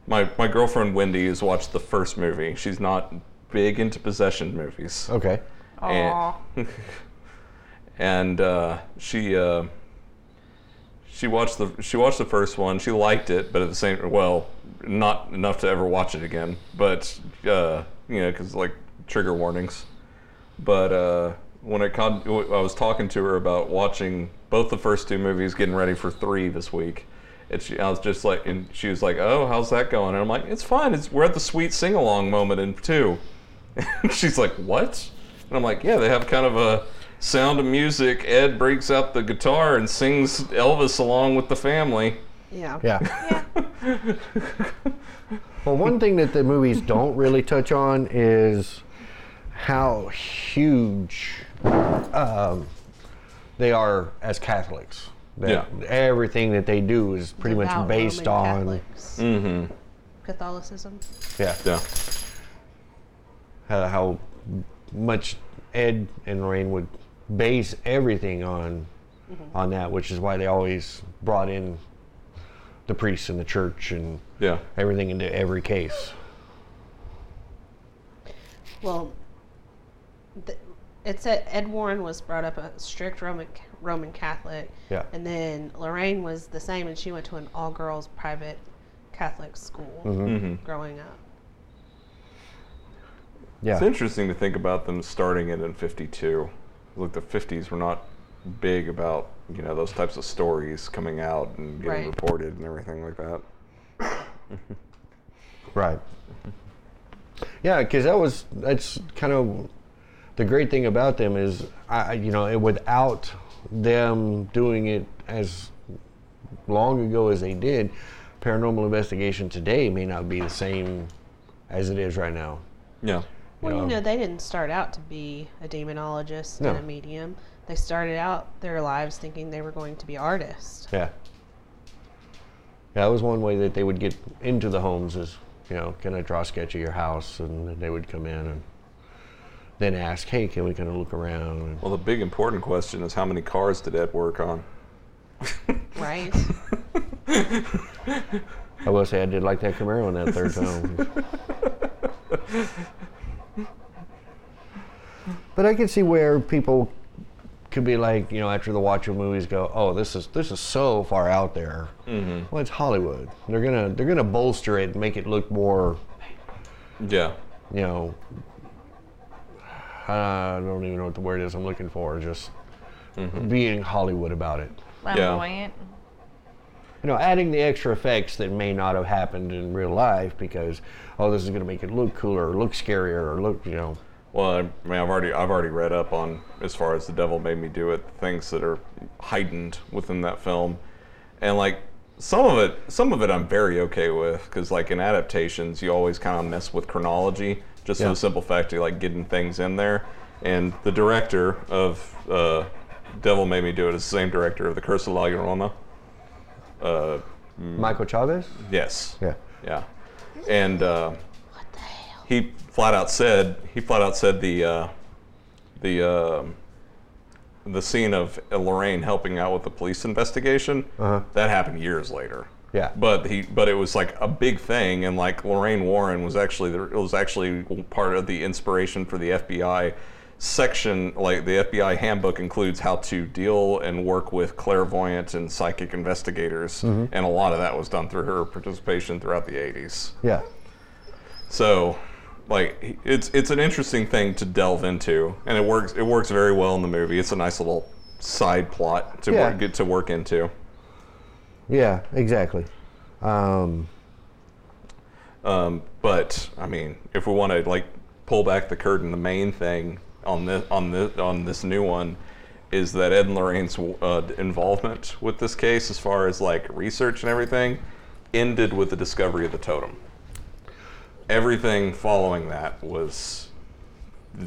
[SPEAKER 3] my my girlfriend Wendy has watched the first movie. She's not big into possession movies,
[SPEAKER 2] Okay.
[SPEAKER 3] and, (laughs) and uh, she uh, she watched the she watched the first one. She liked it, but at the same well, not enough to ever watch it again. But uh, you know, because like trigger warnings. But uh, when it con- I was talking to her about watching both the first two movies, getting ready for three this week, and she, I was just like, and she was like, "Oh, how's that going?" And I'm like, "It's fine. It's we're at the sweet sing along moment in two. And (laughs) she's like, "What?" And I'm like, "Yeah, they have kind of a sound of music. Ed breaks out the guitar and sings Elvis along with the family."
[SPEAKER 5] yeah,
[SPEAKER 2] Yeah.
[SPEAKER 4] Yeah.
[SPEAKER 2] Well, one thing that the movies don't really touch on is how huge um, they are as Catholics. They-
[SPEAKER 3] Yeah.
[SPEAKER 2] Everything that they do is pretty much
[SPEAKER 5] Devout
[SPEAKER 2] based
[SPEAKER 5] Roman
[SPEAKER 2] on.
[SPEAKER 5] Catholics,
[SPEAKER 3] Mm-hmm.
[SPEAKER 5] Catholicism.
[SPEAKER 2] Yeah.
[SPEAKER 3] Yeah.
[SPEAKER 2] How, how much Ed and Lorraine would base everything on on that, which is why they always brought in the priests and the church and
[SPEAKER 3] Yeah.
[SPEAKER 2] everything into every case.
[SPEAKER 5] Well, th- it said Ed Warren was brought up a strict Roman Roman Catholic.
[SPEAKER 2] Yeah.
[SPEAKER 5] And then Lorraine was the same, and she went to an all girls private Catholic school
[SPEAKER 3] Mm-hmm.
[SPEAKER 5] growing up.
[SPEAKER 2] Yeah.
[SPEAKER 3] It's interesting to think about them starting it in 52. Look, the 50s were not big about, you know, those types of stories coming out and getting
[SPEAKER 5] Right.
[SPEAKER 3] reported and everything like that.
[SPEAKER 2] Right. Yeah, because that was that's kind of the great thing about them is I I- you know it, without them doing it as long ago as they did, paranormal investigation today may not be the same as it is right now.
[SPEAKER 3] Yeah.
[SPEAKER 5] Well,
[SPEAKER 2] Yeah.
[SPEAKER 5] you know, they didn't start out to be a demonologist
[SPEAKER 2] No.
[SPEAKER 5] and a medium. They started out their lives thinking they were going to be artists.
[SPEAKER 2] Yeah. Yeah, that was one way that they would get into the homes is, you know, can I draw a sketch of your house? And they would come in and then ask, hey, can we kind of look around? And
[SPEAKER 3] Well, the big important question is how many cars did Ed work on?
[SPEAKER 2] (laughs)
[SPEAKER 5] Right?
[SPEAKER 2] I will say I did like that Camaro in that third time. but I can see where people could be like, you know, after the watch of movies, go, oh, this is this is so far out there. Mm-hmm. Well, it's Hollywood. They're gonna they're gonna bolster it, and make it look more,
[SPEAKER 3] Yeah.
[SPEAKER 2] you know. I don't even know what the word is I'm looking for. Just being Hollywood about it.
[SPEAKER 4] Flamboyant.
[SPEAKER 2] you know, adding the extra effects that may not have happened in real life because oh, this is going to make it look cooler, or look scarier, or look, you know,
[SPEAKER 3] Well, I mean, I've already I've already read up on as far as the devil made me do it, things that are heightened within that film, and like some of it, some of it I'm very okay with because like in adaptations, you always kind of mess with chronology just for
[SPEAKER 2] Yeah.
[SPEAKER 3] the simple fact of like getting things in there. And the director of uh, Devil Made Me Do It is the same director of The Curse of La Llorona. Uh,
[SPEAKER 2] Michael Chavez.
[SPEAKER 3] yes.
[SPEAKER 2] Yeah.
[SPEAKER 3] Yeah, and uh, he flat out said he flat out said the uh, the um the scene of Lorraine helping out with the police investigation
[SPEAKER 2] Uh-huh.
[SPEAKER 3] that happened years later.
[SPEAKER 2] Yeah.
[SPEAKER 3] but he but it was like a big thing, and like Lorraine Warren was actually the, it was actually part of the inspiration for the FBI section like the FBI handbook includes how to deal and work with clairvoyant and psychic investigators
[SPEAKER 2] Mm-hmm.
[SPEAKER 3] and a lot of that was done through her participation throughout the 80s.
[SPEAKER 2] Yeah.
[SPEAKER 3] So, like, it's it's an interesting thing to delve into, and it works it works very well in the movie. It's a nice little side plot to
[SPEAKER 2] Yeah.
[SPEAKER 3] work, get to work into.
[SPEAKER 2] Yeah. Exactly. Um,
[SPEAKER 3] Um, but I mean, if we want to like pull back the curtain, the main thing on this on this on this new one is that Ed and Lorraine's uh, involvement with this case, as far as like research and everything, ended with the discovery of the totem. Everything following that was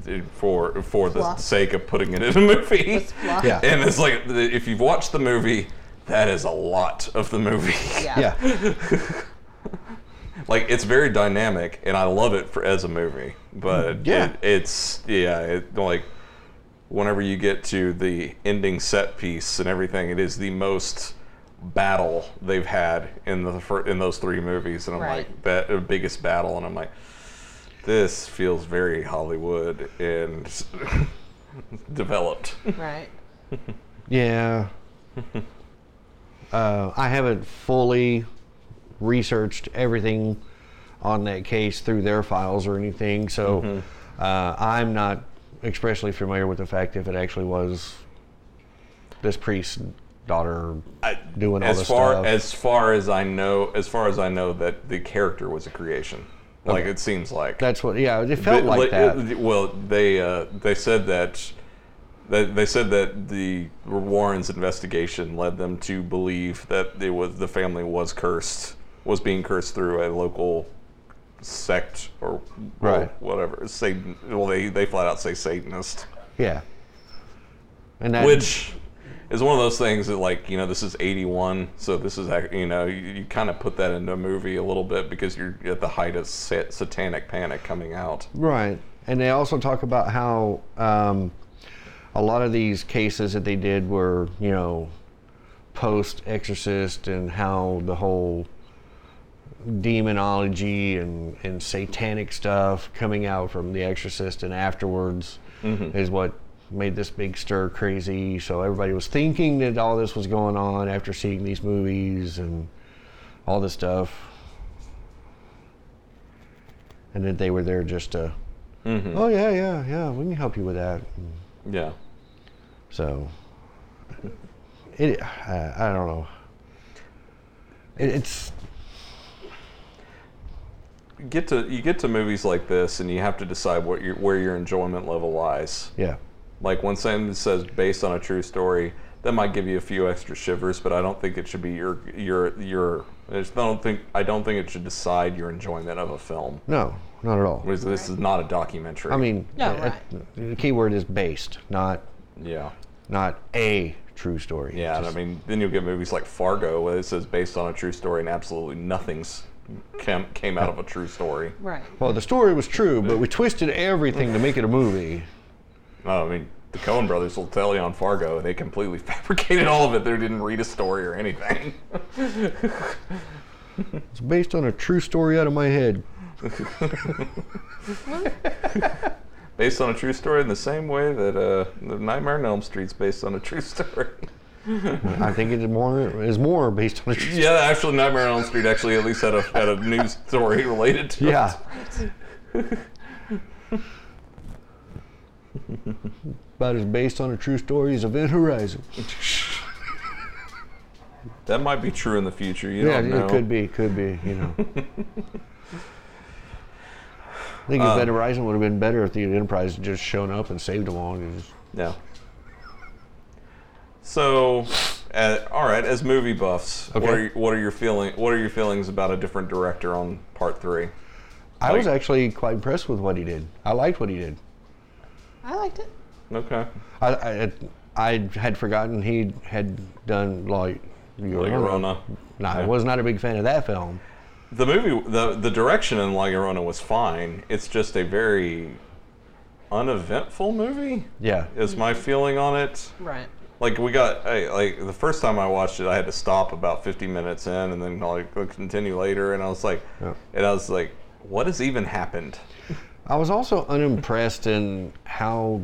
[SPEAKER 3] th- for for the
[SPEAKER 5] Fluff.
[SPEAKER 3] sake of putting it in a movie.
[SPEAKER 5] It's fluff.
[SPEAKER 2] Yeah.
[SPEAKER 3] And it's like the- if you've watched the movie, that is a lot of the movie.
[SPEAKER 2] yeah.
[SPEAKER 3] like it's very dynamic and i love it for as a movie but
[SPEAKER 2] Yeah.
[SPEAKER 3] it, it's yeah it, like whenever you get to the ending set piece and everything it is the most battle they've had in the fir- in those three movies and i'm
[SPEAKER 5] Right.
[SPEAKER 3] like that uh, biggest battle and i'm like this feels very hollywood and (laughs) developed
[SPEAKER 5] Right.
[SPEAKER 2] (laughs) Yeah. uh, I haven't fully researched everything on that case through their files or anything, so
[SPEAKER 3] Mm-hmm.
[SPEAKER 2] uh, I'm not especially familiar with the fact if it actually was this priest's daughter
[SPEAKER 3] I-
[SPEAKER 2] doing all
[SPEAKER 3] as
[SPEAKER 2] this
[SPEAKER 3] far
[SPEAKER 2] stuff.
[SPEAKER 3] as far as i know as far as i know that the character was a creation like
[SPEAKER 2] Okay.
[SPEAKER 3] it seems like
[SPEAKER 2] That's what. Yeah, it felt
[SPEAKER 3] But,
[SPEAKER 2] like,
[SPEAKER 3] like,
[SPEAKER 2] that.
[SPEAKER 3] uh, Well, they uh, they said that, that they said that the Warrens' investigation led them to believe that it was the family was cursed, was being cursed through a local sect or
[SPEAKER 2] Right.
[SPEAKER 3] whatever. Satan. Well, they they flat out say Satanist.
[SPEAKER 2] yeah. And that,
[SPEAKER 3] which is one of those things that like you know this is 81 so this is ac- you know you, you kind of put that into a movie a little bit because you're at the height of sat- satanic panic coming out
[SPEAKER 2] Right. And they also talk about how um, a lot of these cases that they did were, you know, post exorcist and how the whole demonology and, and satanic stuff coming out from the exorcist and afterwards is what made this big stir crazy. So everybody was thinking that all this was going on after seeing these movies and all this stuff. And that they were there just to,
[SPEAKER 3] Mm-hmm.
[SPEAKER 2] oh, yeah, yeah, yeah, we can help you with that.
[SPEAKER 3] yeah
[SPEAKER 2] So, it, I, I don't know. It, it's,
[SPEAKER 3] you get to you get to movies like this and you have to decide what your where your enjoyment level lies
[SPEAKER 2] yeah.
[SPEAKER 3] like when someone says based on a true story that might give you a few extra shivers but i don't think it should be your your your I just don't think I don't think it should decide your enjoyment of a film.
[SPEAKER 2] No, not at all.
[SPEAKER 3] Because this is not a documentary.
[SPEAKER 2] I mean,
[SPEAKER 5] No,
[SPEAKER 2] uh, the key word is based, not
[SPEAKER 3] yeah.
[SPEAKER 2] not a true story.
[SPEAKER 3] Yeah, and I
[SPEAKER 2] Just-
[SPEAKER 3] mean, then you'll get movies like Fargo, where it says based on a true story, and absolutely nothing's came, came out of a true story.
[SPEAKER 5] Right.
[SPEAKER 2] well, the story was true, but we twisted everything to make it a movie.
[SPEAKER 3] No, I mean, the Coen brothers will tell you on Fargo, they completely (laughs) fabricated all of it. They didn't read a story or anything. (laughs)
[SPEAKER 2] It's based on a true story out of my head.
[SPEAKER 3] based on a true story, in the same way that uh, the Nightmare on Elm Street's based on a true (laughs) story.
[SPEAKER 2] I think it's more is more based on a true.
[SPEAKER 3] yeah, actually, Nightmare on Elm Street actually at least had a had a news (laughs) story related to
[SPEAKER 2] Yeah.
[SPEAKER 3] it.
[SPEAKER 2] About as based on a true story as Event Horizon.
[SPEAKER 3] That might be true in the future. You
[SPEAKER 2] Yeah,
[SPEAKER 3] don't know.
[SPEAKER 2] it could be, could be, you know. I think
[SPEAKER 3] Um,
[SPEAKER 2] Event Horizon would have been better if the Enterprise had just shown up and saved them all. and just-
[SPEAKER 3] Yeah. So, uh, all right. As movie buffs, what
[SPEAKER 2] Okay.
[SPEAKER 3] are you, what are your feeling? What are your feelings about a different director on part three?
[SPEAKER 2] I was
[SPEAKER 3] Like-
[SPEAKER 2] actually quite impressed with what he did. I liked what he did.
[SPEAKER 5] I liked it.
[SPEAKER 3] Okay.
[SPEAKER 2] I, I, I had forgotten he had done like
[SPEAKER 3] La Llorona.
[SPEAKER 2] No, I was not a big fan of that film.
[SPEAKER 3] The movie, the the direction in La Llorona was fine. It's just a very uneventful movie.
[SPEAKER 2] Yeah,
[SPEAKER 3] Is my feeling on it?
[SPEAKER 5] Right.
[SPEAKER 3] Like we got I, like the first time I watched it, I had to stop about 50 minutes in, and then like continue later, and I was like,
[SPEAKER 2] Yeah.
[SPEAKER 3] and I was like, what has even happened?
[SPEAKER 2] I was also unimpressed in how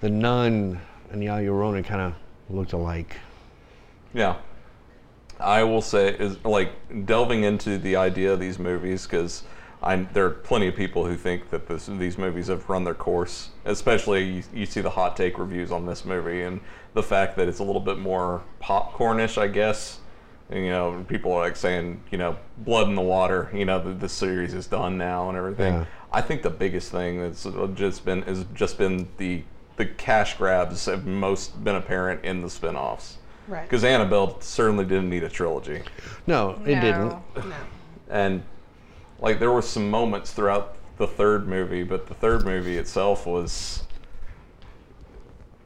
[SPEAKER 2] the nun and Ya Llorona kind of looked alike.
[SPEAKER 3] Yeah. I will say is like delving into the idea of these movies because I there are plenty of people who think that this, these movies have run their course. Especially you, you see the hot take reviews on this movie and the fact that it's a little bit more popcornish, I guess. And, you know, people are like saying, you know, blood in the water. You know, the, the series is done now and everything.
[SPEAKER 2] Yeah.
[SPEAKER 3] I think the biggest thing that's uh, just been has just been the the cash grabs have most been apparent in the spin-offs.
[SPEAKER 5] Right.
[SPEAKER 3] Because Annabelle certainly didn't need a trilogy.
[SPEAKER 2] No, it didn't.
[SPEAKER 4] No.
[SPEAKER 5] No.
[SPEAKER 3] And, like, there were some moments throughout the third movie, but the third movie itself was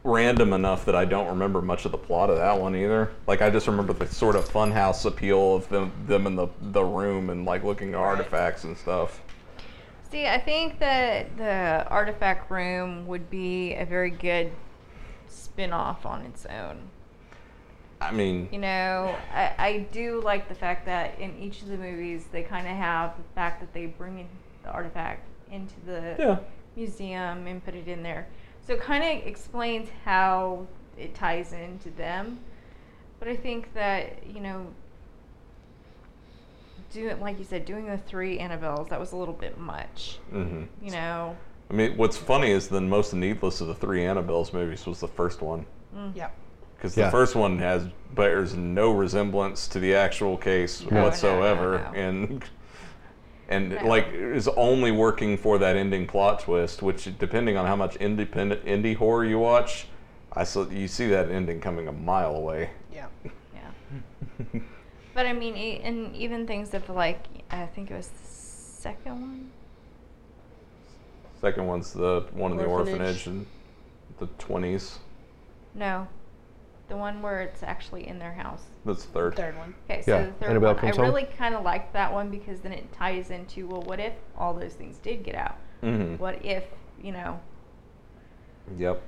[SPEAKER 3] random enough that I don't remember much of the plot of that one either. Like, I just remember the sort of funhouse appeal of them, them in the, the room and, like, looking at artifacts and stuff.
[SPEAKER 4] See, I think that the artifact room would be a very good spin off on its own.
[SPEAKER 3] I mean,
[SPEAKER 4] You know, I, I do like the fact that in each of the movies they kind of have the fact that they bring in the artifact into the
[SPEAKER 3] yeah.
[SPEAKER 4] museum and put it in there. So it kind of explains how it ties into them. But I think that, you know, doing, like you said, doing the three Annabelles, that was a little bit much.
[SPEAKER 3] hmm
[SPEAKER 4] You know,
[SPEAKER 3] I mean, what's funny is the most needless of the three Annabelle's movies was the first one.
[SPEAKER 5] Yeah.
[SPEAKER 3] because
[SPEAKER 2] Yeah.
[SPEAKER 3] the first one has bears no resemblance to the actual case
[SPEAKER 4] no,
[SPEAKER 3] whatsoever,
[SPEAKER 4] no.
[SPEAKER 3] and and
[SPEAKER 4] No.
[SPEAKER 3] like is only working for that ending plot twist. Which, depending on how much independent indie horror you watch, I saw you see that ending coming a mile away.
[SPEAKER 5] Yeah.
[SPEAKER 4] yeah. but I mean, e- and even things of like, I think it was the second one.
[SPEAKER 3] Second one's the one in the orphanage,
[SPEAKER 5] Orphanage.
[SPEAKER 3] and the 20s.
[SPEAKER 4] No, the one where it's actually in their house.
[SPEAKER 3] That's the third.
[SPEAKER 5] Third one.
[SPEAKER 4] Okay, so
[SPEAKER 2] Yeah,
[SPEAKER 4] the third
[SPEAKER 2] Annabelle
[SPEAKER 4] one.
[SPEAKER 2] comes
[SPEAKER 4] I
[SPEAKER 2] home.
[SPEAKER 4] really kind of liked that one because then it ties into well, what if all those things did get out?
[SPEAKER 2] Mm.
[SPEAKER 3] Mm-hmm.
[SPEAKER 4] What if you know?
[SPEAKER 3] Yep.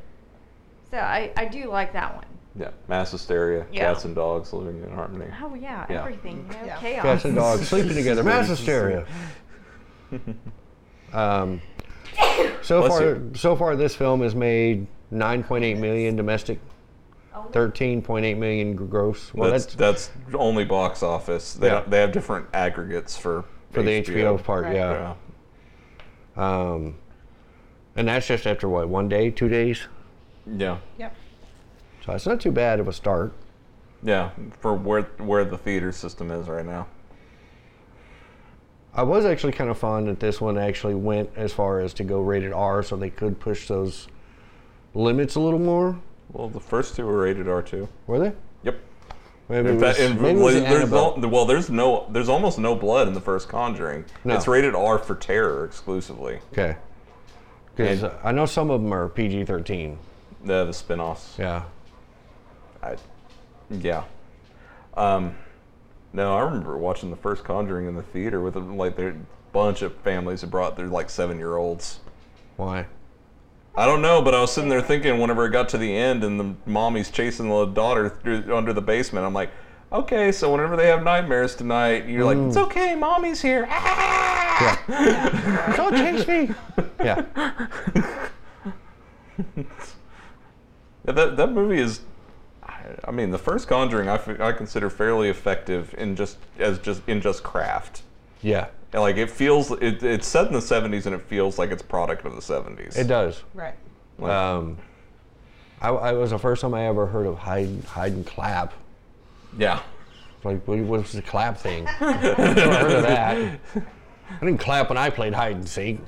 [SPEAKER 4] So I I do like that one.
[SPEAKER 3] Yeah. Mass hysteria.
[SPEAKER 4] Yeah.
[SPEAKER 3] Cats and dogs living in harmony.
[SPEAKER 4] Oh yeah,
[SPEAKER 3] Yeah.
[SPEAKER 4] everything. You know,
[SPEAKER 5] Yeah.
[SPEAKER 4] Chaos.
[SPEAKER 2] Cats and dogs sleeping together. Mass hysteria. Um, so
[SPEAKER 3] Bless
[SPEAKER 2] far,
[SPEAKER 3] you.
[SPEAKER 2] so far, this film has made 9.8 million domestic,
[SPEAKER 4] Only-
[SPEAKER 2] 13.8 million gr- gross. Well,
[SPEAKER 3] that's,
[SPEAKER 2] that's,
[SPEAKER 3] that's only box office. They
[SPEAKER 2] Yeah.
[SPEAKER 3] they have different aggregates for
[SPEAKER 2] for the HBO part,
[SPEAKER 5] Right.
[SPEAKER 2] yeah.
[SPEAKER 3] Yeah.
[SPEAKER 2] Um, and that's just after what one day, two days.
[SPEAKER 3] Yeah.
[SPEAKER 5] Yep.
[SPEAKER 2] So it's not too bad of a start.
[SPEAKER 3] Yeah. For where where the theater system is right now.
[SPEAKER 2] I was actually kind of fond that this one actually went as far as to go rated R, so they could push those limits a little more.
[SPEAKER 3] Well, the first two were rated R two.
[SPEAKER 2] Were they?
[SPEAKER 3] Yep.
[SPEAKER 2] Maybe
[SPEAKER 3] In
[SPEAKER 2] it was,
[SPEAKER 3] fact, in,
[SPEAKER 2] maybe it was
[SPEAKER 3] well,
[SPEAKER 2] the
[SPEAKER 3] there's
[SPEAKER 2] Annabelle.
[SPEAKER 3] al- well, there's no, there's almost no blood in the first Conjuring.
[SPEAKER 2] No.
[SPEAKER 3] It's rated R for terror exclusively.
[SPEAKER 2] Okay. Because
[SPEAKER 3] And-
[SPEAKER 2] I know some of them are PG 13.
[SPEAKER 3] The the spinoffs.
[SPEAKER 2] Yeah.
[SPEAKER 3] I, yeah. Um, no, I remember watching the first Conjuring in the theater with like their bunch of families that brought their like seven year olds.
[SPEAKER 2] Why?
[SPEAKER 3] I don't know, but I was sitting there thinking whenever it got to the end and the mommy's chasing the daughter through, under the basement, I'm like, okay, so whenever they have nightmares tonight, you're like, it's okay, mommy's here. Ah! (laughs)
[SPEAKER 2] Don't chase me. yeah.
[SPEAKER 3] Yeah, that that movie is. I- I mean, the first Conjuring I, f- I consider fairly effective in just as just in just craft.
[SPEAKER 2] Yeah.
[SPEAKER 3] And like it feels it, it's set in the 70s and it feels like it's product of the 70s.
[SPEAKER 2] It does.
[SPEAKER 5] Right.
[SPEAKER 2] Um, I, I was the first time I ever heard of hide, hide and clap.
[SPEAKER 3] Yeah.
[SPEAKER 2] It's Like, what was the clap thing? (laughs) Never heard of that. I didn't clap when I played hide and seek.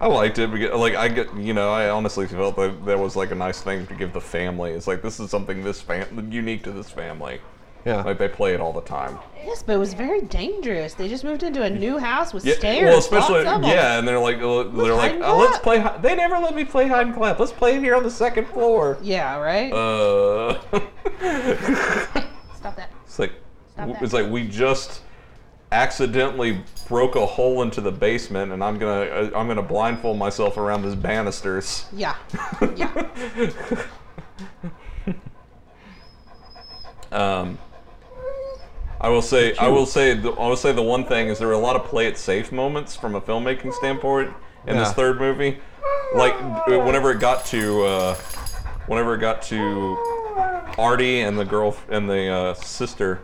[SPEAKER 3] I liked it because like I get you know I honestly felt that that was like a nice thing to give the family. It's like this is something this fam unique to this family.
[SPEAKER 2] Yeah.
[SPEAKER 3] Like they play it all the time.
[SPEAKER 5] Yes, but it was very dangerous. They just moved into a new house with
[SPEAKER 3] Yeah,
[SPEAKER 5] stairs.
[SPEAKER 3] well, especially
[SPEAKER 5] lots of 'em.
[SPEAKER 3] yeah, and they're like uh, they're
[SPEAKER 5] hide
[SPEAKER 3] like
[SPEAKER 5] and
[SPEAKER 3] oh, let's
[SPEAKER 5] clap."
[SPEAKER 3] play. hi- They never let me play hide and clap. Let's play it here on the second
[SPEAKER 5] (laughs)
[SPEAKER 3] floor.
[SPEAKER 5] Yeah. Right.
[SPEAKER 3] Uh, (laughs)
[SPEAKER 5] Stop that.
[SPEAKER 3] it's like w-
[SPEAKER 5] that.
[SPEAKER 3] it's like we just accidentally broke a hole into the basement, and I'm gonna uh, I'm gonna blindfold myself around these banisters. (laughs)
[SPEAKER 5] Yeah. Yeah.
[SPEAKER 3] Um, I will say, I will say, the, I will say the one thing is there were a lot of play it safe moments from a filmmaking standpoint in this
[SPEAKER 2] Yeah.
[SPEAKER 3] third movie. Like whenever it got to, uh, whenever it got to Artie and the girl and the uh, sister,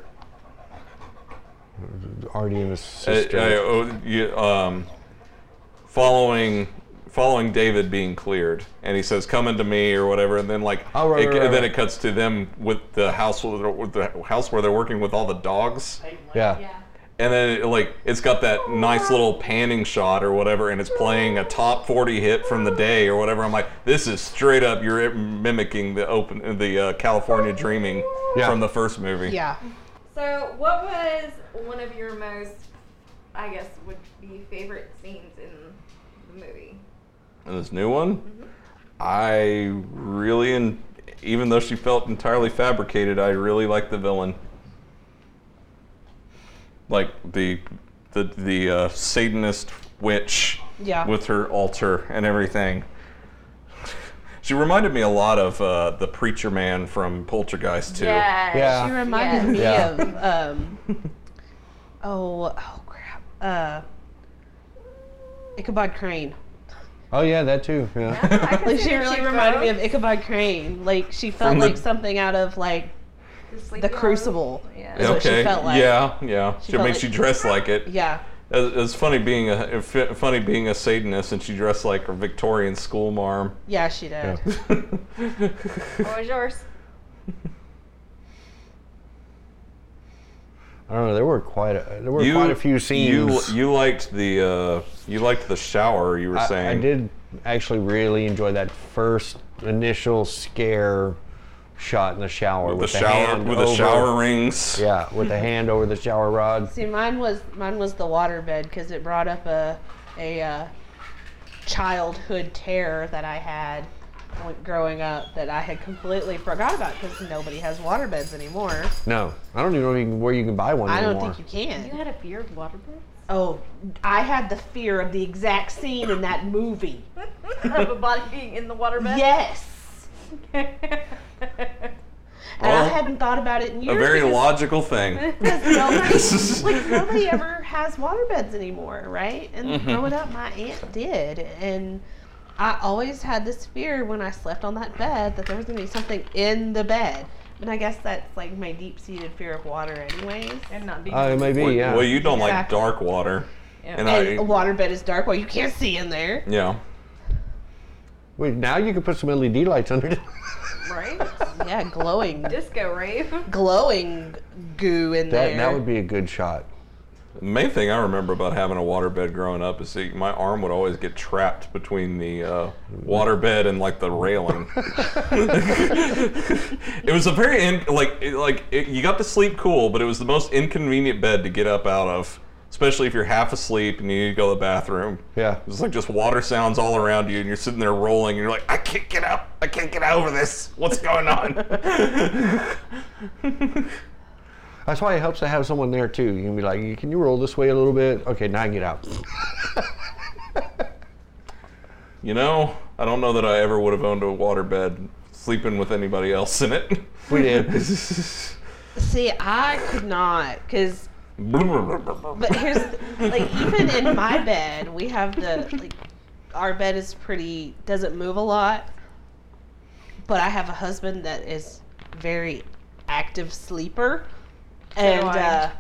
[SPEAKER 2] Artie and his
[SPEAKER 3] uh,
[SPEAKER 2] sister.
[SPEAKER 3] uh, oh, you- um, following. Following David being cleared, and he says, "Come into me" or whatever, and then like,
[SPEAKER 2] Oh, right,
[SPEAKER 3] it,
[SPEAKER 2] right, right,
[SPEAKER 3] and then
[SPEAKER 2] right.
[SPEAKER 3] it cuts to them with the house where they're, with the house where they're working with all the dogs.
[SPEAKER 2] yeah.
[SPEAKER 4] Yeah.
[SPEAKER 3] and then it, like it's got that nice little panning shot or whatever and it's playing a top 40 hit from the day or whatever i'm like this is straight up you're mimicking the open the uh, california dreaming
[SPEAKER 2] Yeah.
[SPEAKER 3] from the first movie
[SPEAKER 5] Yeah.
[SPEAKER 4] So what was one of your most, I guess, would be favorite scenes in the movie?
[SPEAKER 3] and this new one i really and even though she felt entirely fabricated i really liked the villain like the the the uh, satanist witch
[SPEAKER 5] Yeah.
[SPEAKER 3] with her altar and everything she reminded me a lot of uh, the preacher man from poltergeist 2
[SPEAKER 2] Yeah.
[SPEAKER 5] She reminded me
[SPEAKER 2] Yeah.
[SPEAKER 5] of um, (laughs) oh oh crap uh, Ichabod Crane.
[SPEAKER 2] Oh, yeah, that too. Yeah.
[SPEAKER 5] (laughs) Like she really reminded me of Ichabod Crane. Like she felt
[SPEAKER 3] From the-
[SPEAKER 5] like something out of like
[SPEAKER 4] of
[SPEAKER 5] the Crucible.
[SPEAKER 4] Yeah.
[SPEAKER 5] Is what she
[SPEAKER 3] okay
[SPEAKER 5] felt like.
[SPEAKER 3] yeah yeah she,
[SPEAKER 5] felt
[SPEAKER 3] made
[SPEAKER 5] like-
[SPEAKER 3] she dressed like it
[SPEAKER 5] Yeah.
[SPEAKER 3] It- it's funny being a it fi- funny being a satanist and she dressed like a victorian schoolmarm
[SPEAKER 5] Yeah, she did.
[SPEAKER 4] What was yours?
[SPEAKER 2] I don't know. There were quite a, there were
[SPEAKER 3] You-
[SPEAKER 2] quite a few scenes.
[SPEAKER 3] You you liked the uh, you liked the shower. You were
[SPEAKER 2] I,
[SPEAKER 3] saying
[SPEAKER 2] I did actually really enjoy that first initial scare shot in the shower
[SPEAKER 3] with,
[SPEAKER 2] with,
[SPEAKER 3] the shower
[SPEAKER 2] hand
[SPEAKER 3] with
[SPEAKER 2] over,
[SPEAKER 3] the shower rings.
[SPEAKER 2] Yeah, with the hand over the shower rod.
[SPEAKER 5] See, mine was mine was the waterbed because it brought up a a uh, childhood terror that I had when- growing up that I had completely forgot about because nobody has water beds anymore.
[SPEAKER 2] No, I don't even know if you can- where you can buy one
[SPEAKER 5] I don't
[SPEAKER 2] anymore.
[SPEAKER 5] think (laughs) you can.
[SPEAKER 4] You had a fear of waterbirds?
[SPEAKER 5] Oh, I had the fear of the exact scene in that movie.
[SPEAKER 4] (laughs) of a body being in the waterbed? (laughs)
[SPEAKER 5] Yes. And I
[SPEAKER 3] Well,
[SPEAKER 5] hadn't thought about it in years.
[SPEAKER 3] A very
[SPEAKER 5] because-
[SPEAKER 3] logical thing.
[SPEAKER 5] Because nobody,
[SPEAKER 3] This is-
[SPEAKER 5] like, nobody ever has waterbeds anymore, right? And
[SPEAKER 2] Mm-hmm.
[SPEAKER 5] growing up, my aunt did. And I always had this fear when I slept on that bed that there was going to be something in the bed. And I guess that's like my deep seated fear of water, anyways.
[SPEAKER 4] and not being.
[SPEAKER 2] Uh, it may be,
[SPEAKER 3] Well,
[SPEAKER 2] yeah.
[SPEAKER 3] well, you don't like
[SPEAKER 5] Exactly.
[SPEAKER 3] dark water. And
[SPEAKER 5] And
[SPEAKER 3] I,
[SPEAKER 5] a waterbed is dark. Well, you can't see in there.
[SPEAKER 3] yeah.
[SPEAKER 2] Wait, now you can put some LED lights under it. (laughs)
[SPEAKER 4] right?
[SPEAKER 5] Yeah, glowing,
[SPEAKER 3] (laughs)
[SPEAKER 4] Disco rave.
[SPEAKER 5] glowing goo in
[SPEAKER 2] That,
[SPEAKER 5] there.
[SPEAKER 2] that would be a good shot.
[SPEAKER 3] The main thing I remember about having a waterbed growing up is that my arm would always get trapped between the uh, waterbed and like the railing. (laughs) it was a very in, like it, like it, you got to sleep cool, but it was the most inconvenient bed to get up out of, especially if you're half asleep and you need to go to the bathroom.
[SPEAKER 2] Yeah.
[SPEAKER 3] It's like just water sounds all around you, and you're sitting there rolling, and you're like, I can't get up. I can't get over this. What's
[SPEAKER 2] (laughs)
[SPEAKER 3] going on?
[SPEAKER 2] That's why it helps to have someone there too. You can be like, can you roll this way a little bit? Okay, now I can get
[SPEAKER 4] (laughs)
[SPEAKER 2] out.
[SPEAKER 3] You know, I don't know that I ever would have owned a waterbed sleeping with anybody else in it.
[SPEAKER 2] We did.
[SPEAKER 5] See, I could not, because But here's like even in my bed, we have the like our bed is pretty doesn't move a lot. But I have a husband that is very active sleeper and
[SPEAKER 4] I.
[SPEAKER 5] uh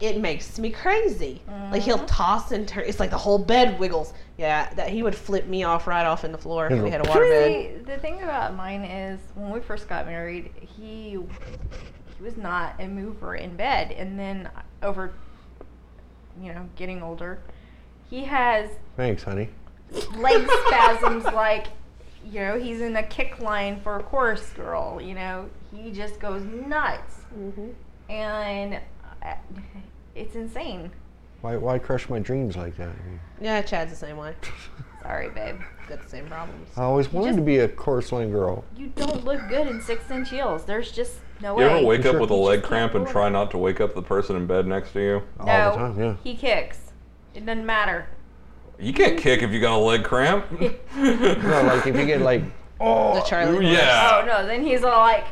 [SPEAKER 5] it makes me crazy. Like he'll toss and turn. It's like the whole bed wiggles. Yeah, that he would flip me off right off in the floor if we had a water bed.
[SPEAKER 4] See, the thing about mine is when we first got married, he he was not a mover in bed, and then over, you know, getting older, he has
[SPEAKER 2] Thanks, honey.
[SPEAKER 4] leg
[SPEAKER 3] (laughs)
[SPEAKER 4] spasms like you know he's in a kick line for a chorus girl you know he just goes nuts
[SPEAKER 5] Mhm.
[SPEAKER 4] and uh, it's insane
[SPEAKER 2] Why, why crush my dreams like that?
[SPEAKER 5] Yeah, Chad's the same way.
[SPEAKER 4] sorry babe
[SPEAKER 5] Got the same problems.
[SPEAKER 2] I always wanted
[SPEAKER 4] just-
[SPEAKER 2] to be a chorus line girl.
[SPEAKER 4] you don't look good in six inch heels there's just no
[SPEAKER 3] (laughs) you
[SPEAKER 4] way
[SPEAKER 3] ever wake up
[SPEAKER 2] Sure.
[SPEAKER 3] with a leg cramp and try not to wake up the person in bed next to you?
[SPEAKER 2] All
[SPEAKER 4] no
[SPEAKER 2] the time, yeah.
[SPEAKER 4] he kicks it doesn't matter
[SPEAKER 3] You can't kick if you got a leg
[SPEAKER 5] (laughs)
[SPEAKER 3] cramp.
[SPEAKER 2] No, like if you get like, oh,
[SPEAKER 5] The Charlie
[SPEAKER 3] Ooh,
[SPEAKER 5] Horse.
[SPEAKER 3] yeah.
[SPEAKER 4] oh no then he's all like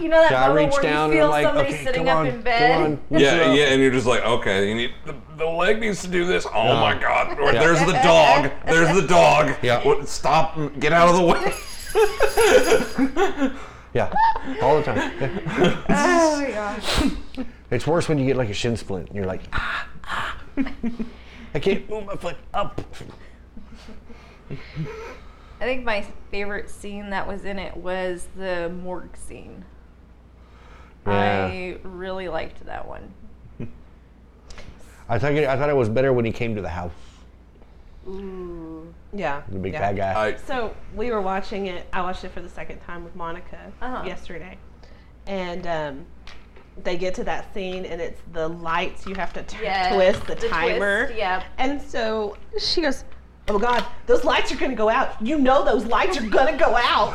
[SPEAKER 4] you know (laughs) that
[SPEAKER 2] I
[SPEAKER 4] moment
[SPEAKER 2] reach
[SPEAKER 4] where
[SPEAKER 2] down
[SPEAKER 4] you
[SPEAKER 2] and I'm
[SPEAKER 4] feel
[SPEAKER 2] like,
[SPEAKER 4] somebody
[SPEAKER 2] okay,
[SPEAKER 4] sitting
[SPEAKER 2] come
[SPEAKER 4] up
[SPEAKER 2] on,
[SPEAKER 4] in bed
[SPEAKER 2] come
[SPEAKER 5] (laughs)
[SPEAKER 2] on.
[SPEAKER 3] Yeah, yeah, and you're just like, okay, you need the, the leg needs to do this. Oh my
[SPEAKER 2] (laughs)
[SPEAKER 3] god, or there's the dog, there's the dog.
[SPEAKER 2] Yeah.
[SPEAKER 3] What- stop, get out of the
[SPEAKER 5] (laughs)
[SPEAKER 3] way.
[SPEAKER 4] (laughs)
[SPEAKER 2] Yeah, all the time. Yeah.
[SPEAKER 4] (laughs) oh my gosh
[SPEAKER 2] It's worse when you get like a shin splint and you're like, ah, ah. I can't move my foot up.
[SPEAKER 4] I think my favorite scene that was in it was the morgue scene.
[SPEAKER 2] Yeah.
[SPEAKER 4] I really liked that one.
[SPEAKER 2] I thought it, I thought it was better when he came to the house,
[SPEAKER 4] Ooh.
[SPEAKER 5] Yeah.
[SPEAKER 2] the big
[SPEAKER 5] yeah.
[SPEAKER 2] bad guy.
[SPEAKER 3] I,
[SPEAKER 5] So we were watching it. I watched it for the second time with Monica
[SPEAKER 4] Uh-huh.
[SPEAKER 5] yesterday, and um, they get to that scene, and it's the lights. You have to t- twist the, timer,
[SPEAKER 4] Twist, yeah.
[SPEAKER 5] and so she goes, "Oh God, those lights are gonna go out. You know those lights are gonna go out."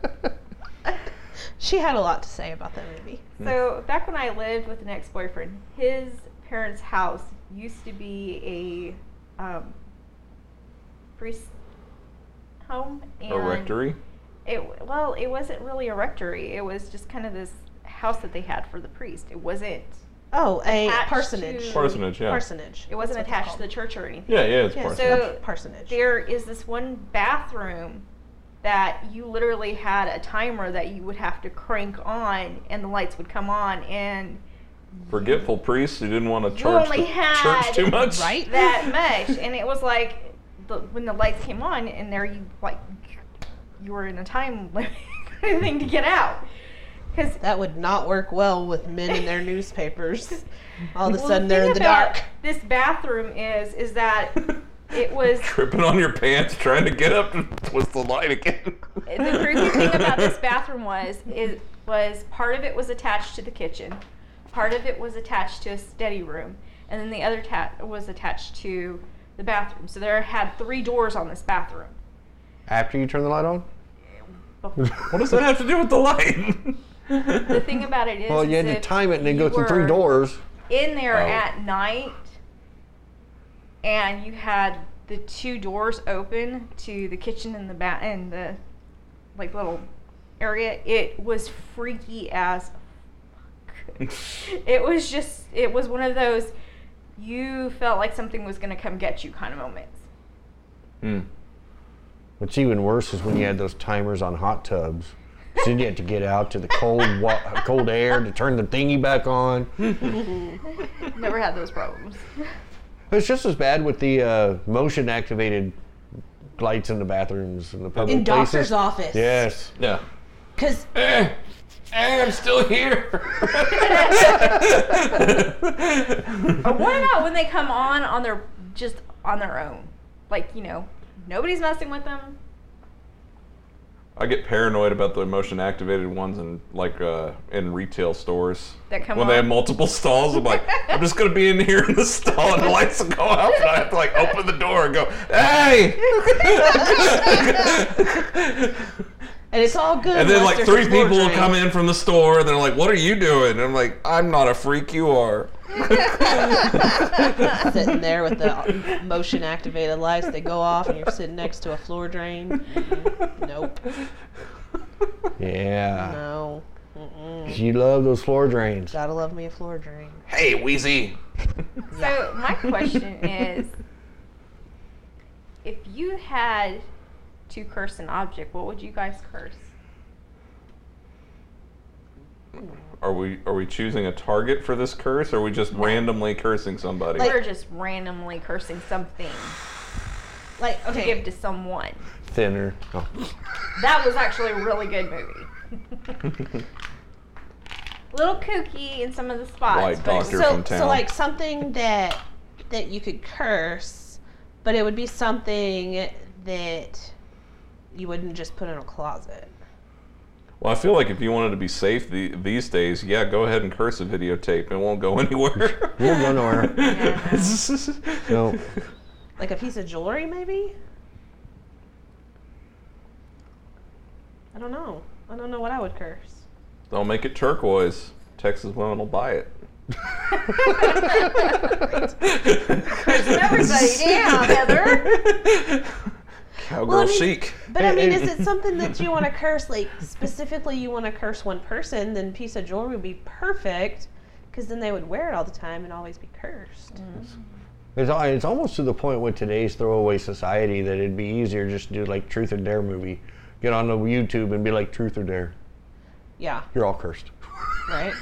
[SPEAKER 5] (laughs)
[SPEAKER 2] (laughs)
[SPEAKER 5] she had a lot to say about that movie.
[SPEAKER 2] Hmm.
[SPEAKER 4] So back when I lived with an ex-boyfriend, his parents' house used to be a um, priest home and
[SPEAKER 3] a rectory.
[SPEAKER 4] It well, it wasn't really a rectory. It was just kind of this house that they had for the priest. It wasn't.
[SPEAKER 5] Oh, a
[SPEAKER 4] Attached
[SPEAKER 5] parsonage.
[SPEAKER 4] to-
[SPEAKER 3] Parsonage, yeah.
[SPEAKER 5] Parsonage.
[SPEAKER 4] It wasn't
[SPEAKER 5] That's what it's
[SPEAKER 4] attached to the church or anything.
[SPEAKER 3] Yeah, yeah, it's
[SPEAKER 5] Yeah,
[SPEAKER 3] parsonage.
[SPEAKER 5] called.
[SPEAKER 4] So
[SPEAKER 5] A parsonage.
[SPEAKER 4] there is this one bathroom that you literally had a timer that you would have to crank on and the lights would come on and
[SPEAKER 3] Forgetful priests who didn't want to
[SPEAKER 4] You
[SPEAKER 3] charge
[SPEAKER 4] only
[SPEAKER 3] the
[SPEAKER 4] had-
[SPEAKER 3] church too much. (laughs)
[SPEAKER 5] Right? (laughs)
[SPEAKER 4] that much and it was like the, when the lights came on and there you like you were in a time (laughs) limit kind of thing to get out because
[SPEAKER 5] That would not work well with men in their
[SPEAKER 4] (laughs)
[SPEAKER 5] newspapers. All of a
[SPEAKER 4] well,
[SPEAKER 5] sudden, they're in
[SPEAKER 4] thing
[SPEAKER 5] the
[SPEAKER 4] about
[SPEAKER 5] dark.
[SPEAKER 4] this bathroom is is
[SPEAKER 5] (laughs)
[SPEAKER 4] that it
[SPEAKER 3] (laughs)
[SPEAKER 4] was
[SPEAKER 3] Tripping on your pants, trying to get up and twist the light again.
[SPEAKER 4] the creepy thing about this bathroom was it was part of it was attached to the kitchen, part of it was attached to a study room, and then the other tat was attached to the bathroom. So there had three doors on this bathroom.
[SPEAKER 2] After you turn the light on?
[SPEAKER 3] (laughs) What does that have to do with the light?
[SPEAKER 4] The thing about it is,
[SPEAKER 2] Well, you
[SPEAKER 4] is
[SPEAKER 2] had to
[SPEAKER 4] if
[SPEAKER 2] time it and then go
[SPEAKER 4] you
[SPEAKER 2] through three
[SPEAKER 4] were
[SPEAKER 2] doors.
[SPEAKER 4] In there
[SPEAKER 3] Oh.
[SPEAKER 4] at night, and you had the two doors open to the kitchen and the bat and the like little area. It was freaky as fuck. (laughs) it was just it was one of those you felt like something was gonna come get you kind of moments.
[SPEAKER 3] Hmm.
[SPEAKER 2] What's even worse is when you had those timers on hot tubs. So then you had to get out to the cold, wa- cold air to turn the thingy back on.
[SPEAKER 4] Never had those problems.
[SPEAKER 2] It's just as bad with the uh, motion activated lights in the bathrooms and the public
[SPEAKER 5] In
[SPEAKER 2] places.
[SPEAKER 5] doctor's office.
[SPEAKER 2] Yes.
[SPEAKER 3] Yeah.
[SPEAKER 5] Because
[SPEAKER 3] I'm still here.
[SPEAKER 4] what about when they come on on their just on their own? Like, you know, nobody's messing with them.
[SPEAKER 3] (laughs) I get paranoid about the motion activated ones in like uh, in retail stores.
[SPEAKER 4] That come
[SPEAKER 3] when they
[SPEAKER 4] on?
[SPEAKER 3] have multiple stalls, I'm
[SPEAKER 4] (laughs)
[SPEAKER 3] like, I'm just gonna be in here in the stall and the lights will go out and I have to like open the door and go, Hey
[SPEAKER 5] and it's all good.
[SPEAKER 3] And then
[SPEAKER 5] once
[SPEAKER 3] like
[SPEAKER 5] there's
[SPEAKER 3] three
[SPEAKER 5] a floor
[SPEAKER 3] people will
[SPEAKER 5] drain.
[SPEAKER 3] come in from the store and they're like, What are you doing? And I'm like, I'm not a freak, you are.
[SPEAKER 5] sitting there
[SPEAKER 3] (laughs)
[SPEAKER 5] with the motion activated lights. They go off, and you're sitting next to a floor drain. Mm, Nope.
[SPEAKER 2] Yeah.
[SPEAKER 5] No.
[SPEAKER 2] You love those floor drains.
[SPEAKER 5] Gotta love me a floor drain.
[SPEAKER 3] Hey Wheezy.
[SPEAKER 4] So my
[SPEAKER 5] (laughs)
[SPEAKER 4] question is if you had to curse an object, what would you guys curse?
[SPEAKER 3] Are we are we choosing a target for this curse or are we just randomly cursing somebody?
[SPEAKER 4] We're just randomly cursing something
[SPEAKER 5] Like
[SPEAKER 4] to give
[SPEAKER 5] okay,
[SPEAKER 4] to someone.
[SPEAKER 2] Thinner. Oh.
[SPEAKER 4] That was actually a really good movie.
[SPEAKER 5] (laughs)
[SPEAKER 4] Little kooky in some of the spots.
[SPEAKER 3] Like
[SPEAKER 4] but it
[SPEAKER 3] Doctor-
[SPEAKER 4] was-
[SPEAKER 5] so
[SPEAKER 3] from town.
[SPEAKER 5] so like something that that you could curse, but it would be something that you wouldn't just put in a closet.
[SPEAKER 3] Well, I feel like if you wanted to be safe the, these days, yeah, go ahead and curse a videotape. It won't go (laughs)
[SPEAKER 5] (laughs)
[SPEAKER 3] anywhere.
[SPEAKER 2] We'll go (laughs) nowhere. No.
[SPEAKER 5] Like a piece of jewelry, maybe. I don't know. I don't know what I would curse.
[SPEAKER 3] Don't make it turquoise. Texas women will buy it.
[SPEAKER 4] Everybody,
[SPEAKER 3] (laughs)
[SPEAKER 4] damn, Heather.
[SPEAKER 3] Cowgirl
[SPEAKER 5] Well, I mean-
[SPEAKER 3] chic.
[SPEAKER 5] But I mean, is it something that you want to curse? Like specifically, you want to curse one person? Then piece of jewelry would be perfect, because then they would wear it all the time and always be cursed.
[SPEAKER 2] It's, al- it's almost to the point with today's throwaway society that it'd be easier just to do like Truth or Dare movie. Get on the YouTube and be like Truth or Dare.
[SPEAKER 5] Yeah,
[SPEAKER 2] You're all cursed. (laughs)
[SPEAKER 5] (laughs) right.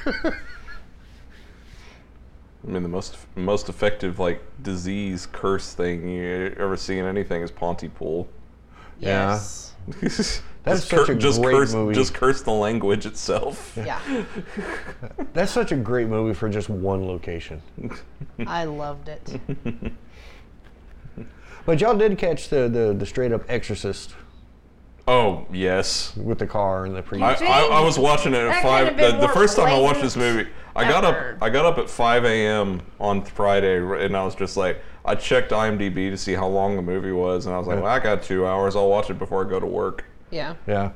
[SPEAKER 3] I mean, the most most effective like disease curse thing you ever see in anything is Pontypool. (laughs)
[SPEAKER 2] Yeah.
[SPEAKER 5] Yes.
[SPEAKER 3] That's
[SPEAKER 2] such a
[SPEAKER 3] just
[SPEAKER 2] great
[SPEAKER 3] curse,
[SPEAKER 2] movie.
[SPEAKER 3] Just curse the language itself.
[SPEAKER 5] Yeah.
[SPEAKER 2] That's such a great movie for just one location.
[SPEAKER 5] (laughs) I loved it.
[SPEAKER 2] But y'all did catch the, the, the straight up Exorcist
[SPEAKER 3] Oh yes.
[SPEAKER 2] with the car and the priest.
[SPEAKER 3] I, I, I was watching it at
[SPEAKER 4] That
[SPEAKER 3] five.
[SPEAKER 4] could've been
[SPEAKER 3] The, the
[SPEAKER 4] more
[SPEAKER 3] first time I watched this
[SPEAKER 4] blatant
[SPEAKER 3] movie, I got
[SPEAKER 4] effort.
[SPEAKER 3] up. I got up at five a.m. on Friday, r- and I was just like, I checked IMDb to see how long the movie was, and I was like, well, I got two hours. I'll watch it before I go to work. (laughs)
[SPEAKER 5] Yeah.
[SPEAKER 2] yeah.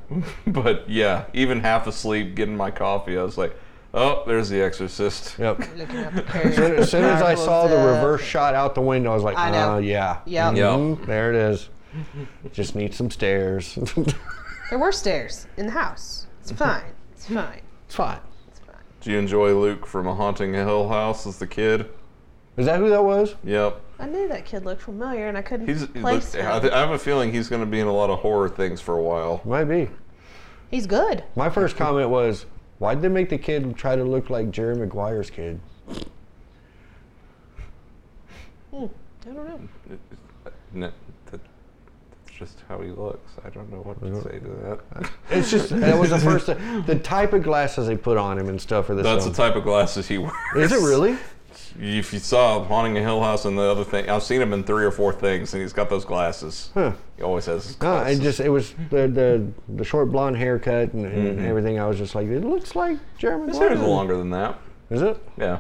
[SPEAKER 3] But yeah, even half asleep, getting my coffee, I was like, oh, there's The Exorcist. (laughs)
[SPEAKER 2] Yep.
[SPEAKER 5] Looking at the
[SPEAKER 2] Soon- (laughs)
[SPEAKER 5] curse.
[SPEAKER 2] As soon as I saw the
[SPEAKER 5] Marvel's, uh,
[SPEAKER 2] reverse shot out the window, I was like,
[SPEAKER 5] I know.
[SPEAKER 2] "Ah, yeah.
[SPEAKER 5] Yep.
[SPEAKER 3] Yep.
[SPEAKER 2] Mhm, There it
[SPEAKER 5] (laughs)
[SPEAKER 2] is. Just need some stairs. (laughs)
[SPEAKER 5] uh, There were stairs in the house. It's fine. It's fine.
[SPEAKER 2] it's fine.
[SPEAKER 5] It's fine.
[SPEAKER 3] Do you enjoy Luke from A Haunting Hill House as the kid?
[SPEAKER 2] Is that who that was?
[SPEAKER 3] Yep.
[SPEAKER 5] I knew that kid looked familiar, and I couldn't
[SPEAKER 3] He's. he looks-
[SPEAKER 5] place him.
[SPEAKER 3] I, th- I have a feeling he's going to be in a lot of horror things for a while.
[SPEAKER 2] Might be.
[SPEAKER 5] He's good.
[SPEAKER 2] My first comment was, why'd they make the kid try to look like Jerry Maguire's kid?
[SPEAKER 5] I don't know.
[SPEAKER 3] No, that, that's just how he looks. I don't know what to say to (laughs) that.
[SPEAKER 2] It's just that was the first the type of glasses they put on him and stuff for this.
[SPEAKER 3] That's the
[SPEAKER 2] film.
[SPEAKER 3] type of glasses he wears.
[SPEAKER 2] Is it really?
[SPEAKER 3] If you saw Haunting a Hill House and the other thing, I've seen him in three or four things, and he's got those glasses.
[SPEAKER 2] Huh.
[SPEAKER 3] He always has. his
[SPEAKER 2] No, I
[SPEAKER 3] glasses.
[SPEAKER 2] just it was the the, the short blonde haircut and, and
[SPEAKER 3] Mm-hmm.
[SPEAKER 2] everything. I was just like, it looks like Jerry
[SPEAKER 3] his
[SPEAKER 2] Maguire.
[SPEAKER 3] hair's longer than that.
[SPEAKER 2] Is it?
[SPEAKER 3] Yeah,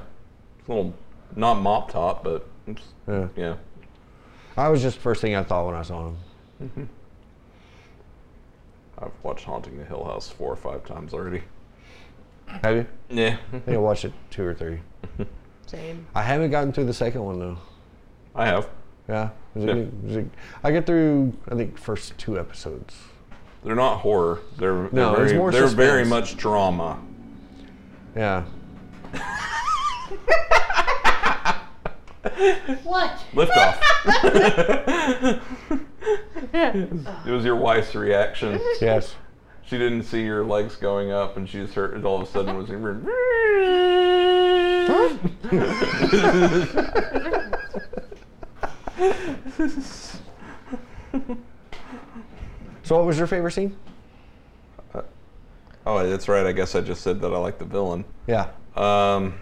[SPEAKER 3] it's a little not mop top, but it's,
[SPEAKER 2] Yeah.
[SPEAKER 3] yeah.
[SPEAKER 2] I was just first thing I thought when I saw him.
[SPEAKER 3] I've watched Haunting the Hill House four or five times already.
[SPEAKER 2] Have you?
[SPEAKER 3] Yeah.
[SPEAKER 2] I think I watched it two or three.
[SPEAKER 5] Same.
[SPEAKER 2] I haven't gotten through the second one though.
[SPEAKER 3] I have.
[SPEAKER 2] Yeah. Is it-
[SPEAKER 3] Yeah.
[SPEAKER 2] is it- I get through I think first two episodes.
[SPEAKER 3] They're not horror. They're, they're
[SPEAKER 2] No,
[SPEAKER 3] very,
[SPEAKER 2] it's more
[SPEAKER 3] they're very
[SPEAKER 2] suspense.
[SPEAKER 3] much drama.
[SPEAKER 2] Yeah.
[SPEAKER 5] What?
[SPEAKER 3] Lift off.
[SPEAKER 2] (laughs)
[SPEAKER 3] it was your wife's reaction.
[SPEAKER 2] Yes.
[SPEAKER 3] She didn't see your legs going up, and she just heard it all of a sudden was.
[SPEAKER 2] So what was your favorite scene?
[SPEAKER 3] (laughs) oh, that's right. I guess I just said that I like the villain.
[SPEAKER 2] Yeah.
[SPEAKER 3] Um,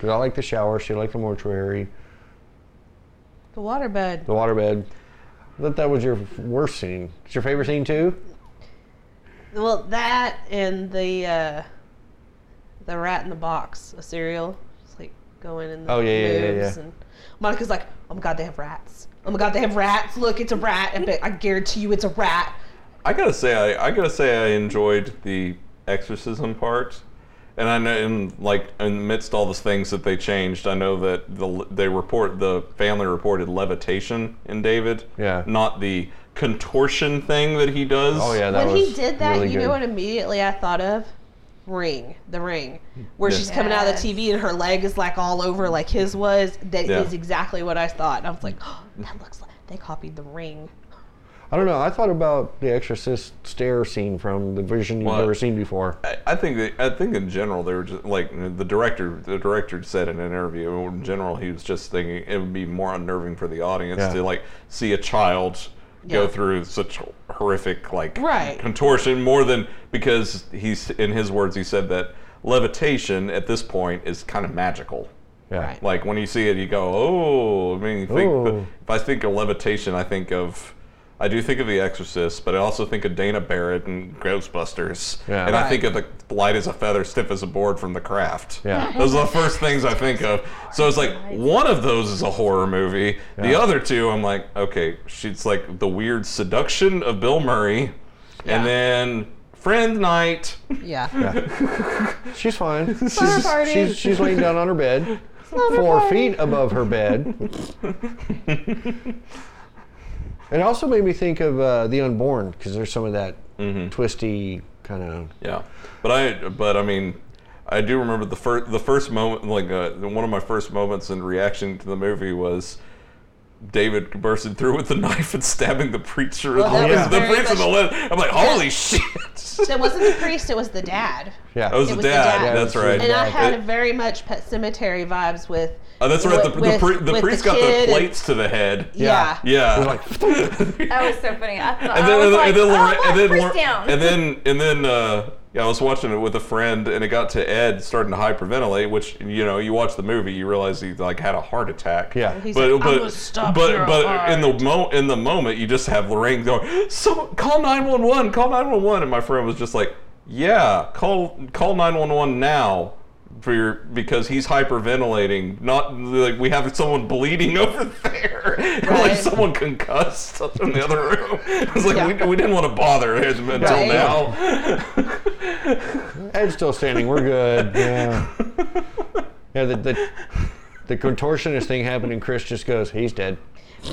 [SPEAKER 2] Did I like the shower? She liked the mortuary,
[SPEAKER 5] The waterbed.
[SPEAKER 2] the waterbed. I thought that was your worst scene. It's your favorite scene too?
[SPEAKER 5] Well, that and the uh, the rat in the box, a cereal. It's like going in the
[SPEAKER 2] Oh, yeah, yeah, yeah,
[SPEAKER 5] moves
[SPEAKER 2] yeah.
[SPEAKER 5] And Monica's like, oh my god, they have rats. Oh my god, they have rats. Look, it's a rat. I bet I guarantee you, it's a rat.
[SPEAKER 3] I gotta say, I, I gotta say, I enjoyed the exorcism part, and I know, and like amidst all the things that they changed, I know that the they report the family reported levitation in David,
[SPEAKER 2] Yeah.
[SPEAKER 3] not the contortion thing that he does.
[SPEAKER 2] Oh yeah, that
[SPEAKER 5] when
[SPEAKER 2] was
[SPEAKER 5] he did that,
[SPEAKER 2] really
[SPEAKER 5] you
[SPEAKER 2] good.
[SPEAKER 5] know what immediately I thought of? Ring, the ring, where
[SPEAKER 3] Yeah.
[SPEAKER 5] she's coming out of the TV and her leg is like all over like his was. That is
[SPEAKER 3] Yeah.
[SPEAKER 5] exactly what I thought. I was like, oh, that looks like they copied the ring.
[SPEAKER 2] I don't know. I thought about the Exorcist stair scene from the vision you've
[SPEAKER 3] What?
[SPEAKER 2] never seen before.
[SPEAKER 3] I- I think that, I think in general they were just like the director the director said in an interview in general he was just thinking it would be more unnerving for the audience
[SPEAKER 2] Yeah.
[SPEAKER 3] to like see a child go
[SPEAKER 5] Yeah.
[SPEAKER 3] through such horrific like
[SPEAKER 5] Right.
[SPEAKER 3] contortion more than because he's in his words he said that levitation at this point is kind of magical
[SPEAKER 2] Yeah.
[SPEAKER 5] Right.
[SPEAKER 3] like when you see it, you go, "Oh." I mean, you think, but
[SPEAKER 2] Oh.
[SPEAKER 3] if I think of levitation, I think of, I do think of The Exorcist, but I also think of Dana Barrett and Ghostbusters,
[SPEAKER 2] Yeah.
[SPEAKER 3] and I
[SPEAKER 5] Right.
[SPEAKER 3] think of the light as a feather, stiff as a board from The Craft.
[SPEAKER 2] Yeah.
[SPEAKER 3] (laughs) those are the first things I think of. So it's like one of those is a horror movie. The
[SPEAKER 2] Yeah.
[SPEAKER 3] other two, I'm like, okay, she's like the weird seduction of Bill Murray,
[SPEAKER 5] Yeah.
[SPEAKER 3] and then Friend Night.
[SPEAKER 5] Yeah.
[SPEAKER 2] She's fine.
[SPEAKER 5] Slumber
[SPEAKER 2] she's,
[SPEAKER 5] party.
[SPEAKER 2] she's she's laying down on her bed, four feet above her bed. it also made me think of uh, the unborn because there's some of that
[SPEAKER 3] Mm-hmm.
[SPEAKER 2] twisty kind of.
[SPEAKER 3] Yeah, but I but I mean, I do remember the first the first moment like uh, one of my first moments in reaction to the movie was. David bursting through with the (laughs) knife and stabbing the preacher in
[SPEAKER 5] Well,
[SPEAKER 3] the,
[SPEAKER 5] Oh,
[SPEAKER 2] was
[SPEAKER 5] that
[SPEAKER 3] the
[SPEAKER 5] very
[SPEAKER 3] priest in the
[SPEAKER 5] much-
[SPEAKER 3] leg. I'm like, holy shit!
[SPEAKER 5] (laughs)
[SPEAKER 3] that
[SPEAKER 5] It wasn't the priest, it was the dad.
[SPEAKER 2] Yeah.
[SPEAKER 3] was
[SPEAKER 5] it
[SPEAKER 3] the
[SPEAKER 5] was the
[SPEAKER 3] dad.
[SPEAKER 5] dad.
[SPEAKER 3] That's
[SPEAKER 2] Yeah,
[SPEAKER 3] right.
[SPEAKER 5] And I
[SPEAKER 2] Yeah.
[SPEAKER 5] had
[SPEAKER 3] It-
[SPEAKER 5] very much Pet Cemetery vibes with.
[SPEAKER 3] oh, that's right. The,
[SPEAKER 5] with-
[SPEAKER 3] the, pri-
[SPEAKER 5] with-
[SPEAKER 3] the
[SPEAKER 5] with
[SPEAKER 3] priest got the
[SPEAKER 5] kid and-
[SPEAKER 3] plates to the head.
[SPEAKER 5] Yeah.
[SPEAKER 3] Yeah.
[SPEAKER 2] It
[SPEAKER 3] (laughs)
[SPEAKER 4] That was so funny. I
[SPEAKER 5] (laughs)
[SPEAKER 4] thought
[SPEAKER 3] and
[SPEAKER 4] I
[SPEAKER 3] then,
[SPEAKER 4] was
[SPEAKER 3] and,
[SPEAKER 4] like,
[SPEAKER 3] then- and then,
[SPEAKER 4] oh,
[SPEAKER 3] Lorraine-
[SPEAKER 4] look,
[SPEAKER 3] and then,
[SPEAKER 4] Chris
[SPEAKER 3] Lor-
[SPEAKER 4] down.
[SPEAKER 3] and then, and then, uh, yeah, I was watching it with a friend, and it got to Ed starting to hyperventilate, which you know, you watch the movie, you realize he like had a heart attack.
[SPEAKER 2] Yeah.
[SPEAKER 5] He's
[SPEAKER 3] but
[SPEAKER 5] like, "I'm
[SPEAKER 3] but
[SPEAKER 5] gonna stop
[SPEAKER 3] but,
[SPEAKER 5] your
[SPEAKER 3] but
[SPEAKER 5] heart."
[SPEAKER 3] in the mo in the moment, you just have Lorraine going, so call nine one one, call nine one one, and my friend was just like, yeah, call call nine one one now. For your, because he's hyperventilating, not like we have someone bleeding (laughs) over there, like
[SPEAKER 5] Right.
[SPEAKER 3] someone concussed in the other room. (laughs) It's like
[SPEAKER 5] Yeah.
[SPEAKER 3] we, we didn't want to bother him until
[SPEAKER 5] Right.
[SPEAKER 3] now.
[SPEAKER 2] Ed's still standing. We're good. Yeah. Yeah. The, the the contortionist thing happened, and Chris just goes, "He's dead."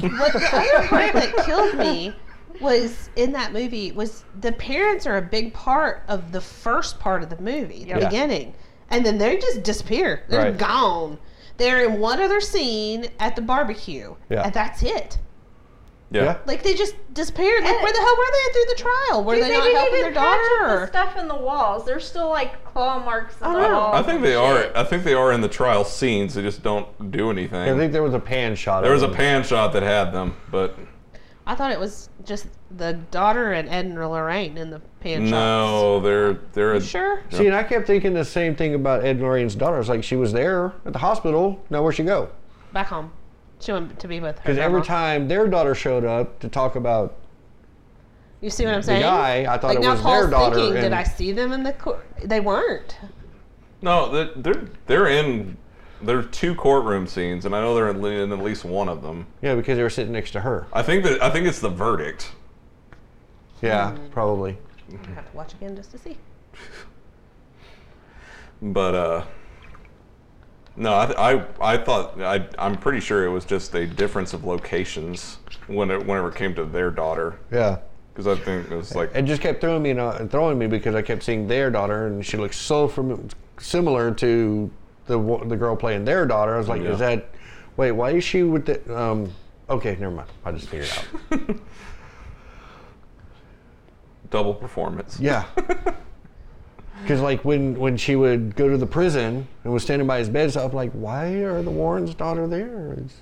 [SPEAKER 5] But the other part that killed me was in that movie was the parents are a big part of the first part of the movie, the
[SPEAKER 2] Yeah.
[SPEAKER 5] beginning, and then they just disappear. They're
[SPEAKER 2] Right.
[SPEAKER 5] gone. They're in one other scene at the barbecue,
[SPEAKER 2] Yeah.
[SPEAKER 5] and that's it.
[SPEAKER 2] Yeah.
[SPEAKER 3] (laughs) yeah.
[SPEAKER 5] Like they just disappeared. Like
[SPEAKER 4] And-
[SPEAKER 5] where the hell were they through the trial? Were
[SPEAKER 4] Dude,
[SPEAKER 5] they, not
[SPEAKER 4] didn't
[SPEAKER 5] helping
[SPEAKER 4] even
[SPEAKER 5] their
[SPEAKER 4] patch up
[SPEAKER 5] daughter?
[SPEAKER 4] The
[SPEAKER 5] or-
[SPEAKER 4] stuff in the walls. There's still like claw marks in
[SPEAKER 5] I
[SPEAKER 4] the
[SPEAKER 5] know.
[SPEAKER 4] walls.
[SPEAKER 3] I think
[SPEAKER 4] and
[SPEAKER 3] they
[SPEAKER 4] shit.
[SPEAKER 5] Oh,
[SPEAKER 3] are. I think they are in the trial scenes. They just don't do anything.
[SPEAKER 2] I think there was a pan shot.
[SPEAKER 3] there
[SPEAKER 2] of
[SPEAKER 3] was a
[SPEAKER 2] him.
[SPEAKER 3] pan shot that had them, but
[SPEAKER 5] I thought it was just the daughter and Ed and Lorraine in the pan shots.
[SPEAKER 3] no, they're they're a,
[SPEAKER 5] Sure.
[SPEAKER 2] See, and I kept thinking the same thing about Ed and Lorraine's daughter. It's like she was there at the hospital. Now where'd she go?
[SPEAKER 5] Back home. She went to be with her.
[SPEAKER 2] Because every
[SPEAKER 3] Uh-huh.
[SPEAKER 5] grandma.
[SPEAKER 2] time their daughter showed up to talk about
[SPEAKER 5] You see what I'm
[SPEAKER 2] the
[SPEAKER 5] saying?
[SPEAKER 2] guy, I thought
[SPEAKER 5] Like
[SPEAKER 2] it
[SPEAKER 5] now
[SPEAKER 2] was
[SPEAKER 5] Paul's
[SPEAKER 2] their daughter.
[SPEAKER 5] thinking, did
[SPEAKER 2] and-
[SPEAKER 5] I see them in the court? They weren't.
[SPEAKER 3] No, they're they're, they're in. There are two courtroom scenes, and I know they're in, in at least one of them.
[SPEAKER 2] Yeah, because they were sitting next to her.
[SPEAKER 3] I think that I think it's the verdict.
[SPEAKER 2] Yeah, probably.
[SPEAKER 5] I have to watch again just to see.
[SPEAKER 3] But uh, no, I, th- I I thought I I'm pretty sure it was just a difference of locations when it, whenever it came to their daughter
[SPEAKER 2] Yeah.
[SPEAKER 3] because I think it was like
[SPEAKER 2] It just kept throwing me and uh, throwing me because I kept seeing their daughter, and she looked so fam- similar to the wo- the girl playing their daughter. I was like,
[SPEAKER 3] Yeah.
[SPEAKER 2] is that? Wait, why is she with the? Um, okay, never mind. I just figured it out.
[SPEAKER 3] double performance.
[SPEAKER 2] Yeah. Because like when when she would go to the prison and was standing by his bed, so I'm like, why are the Warrens' daughter there? It's-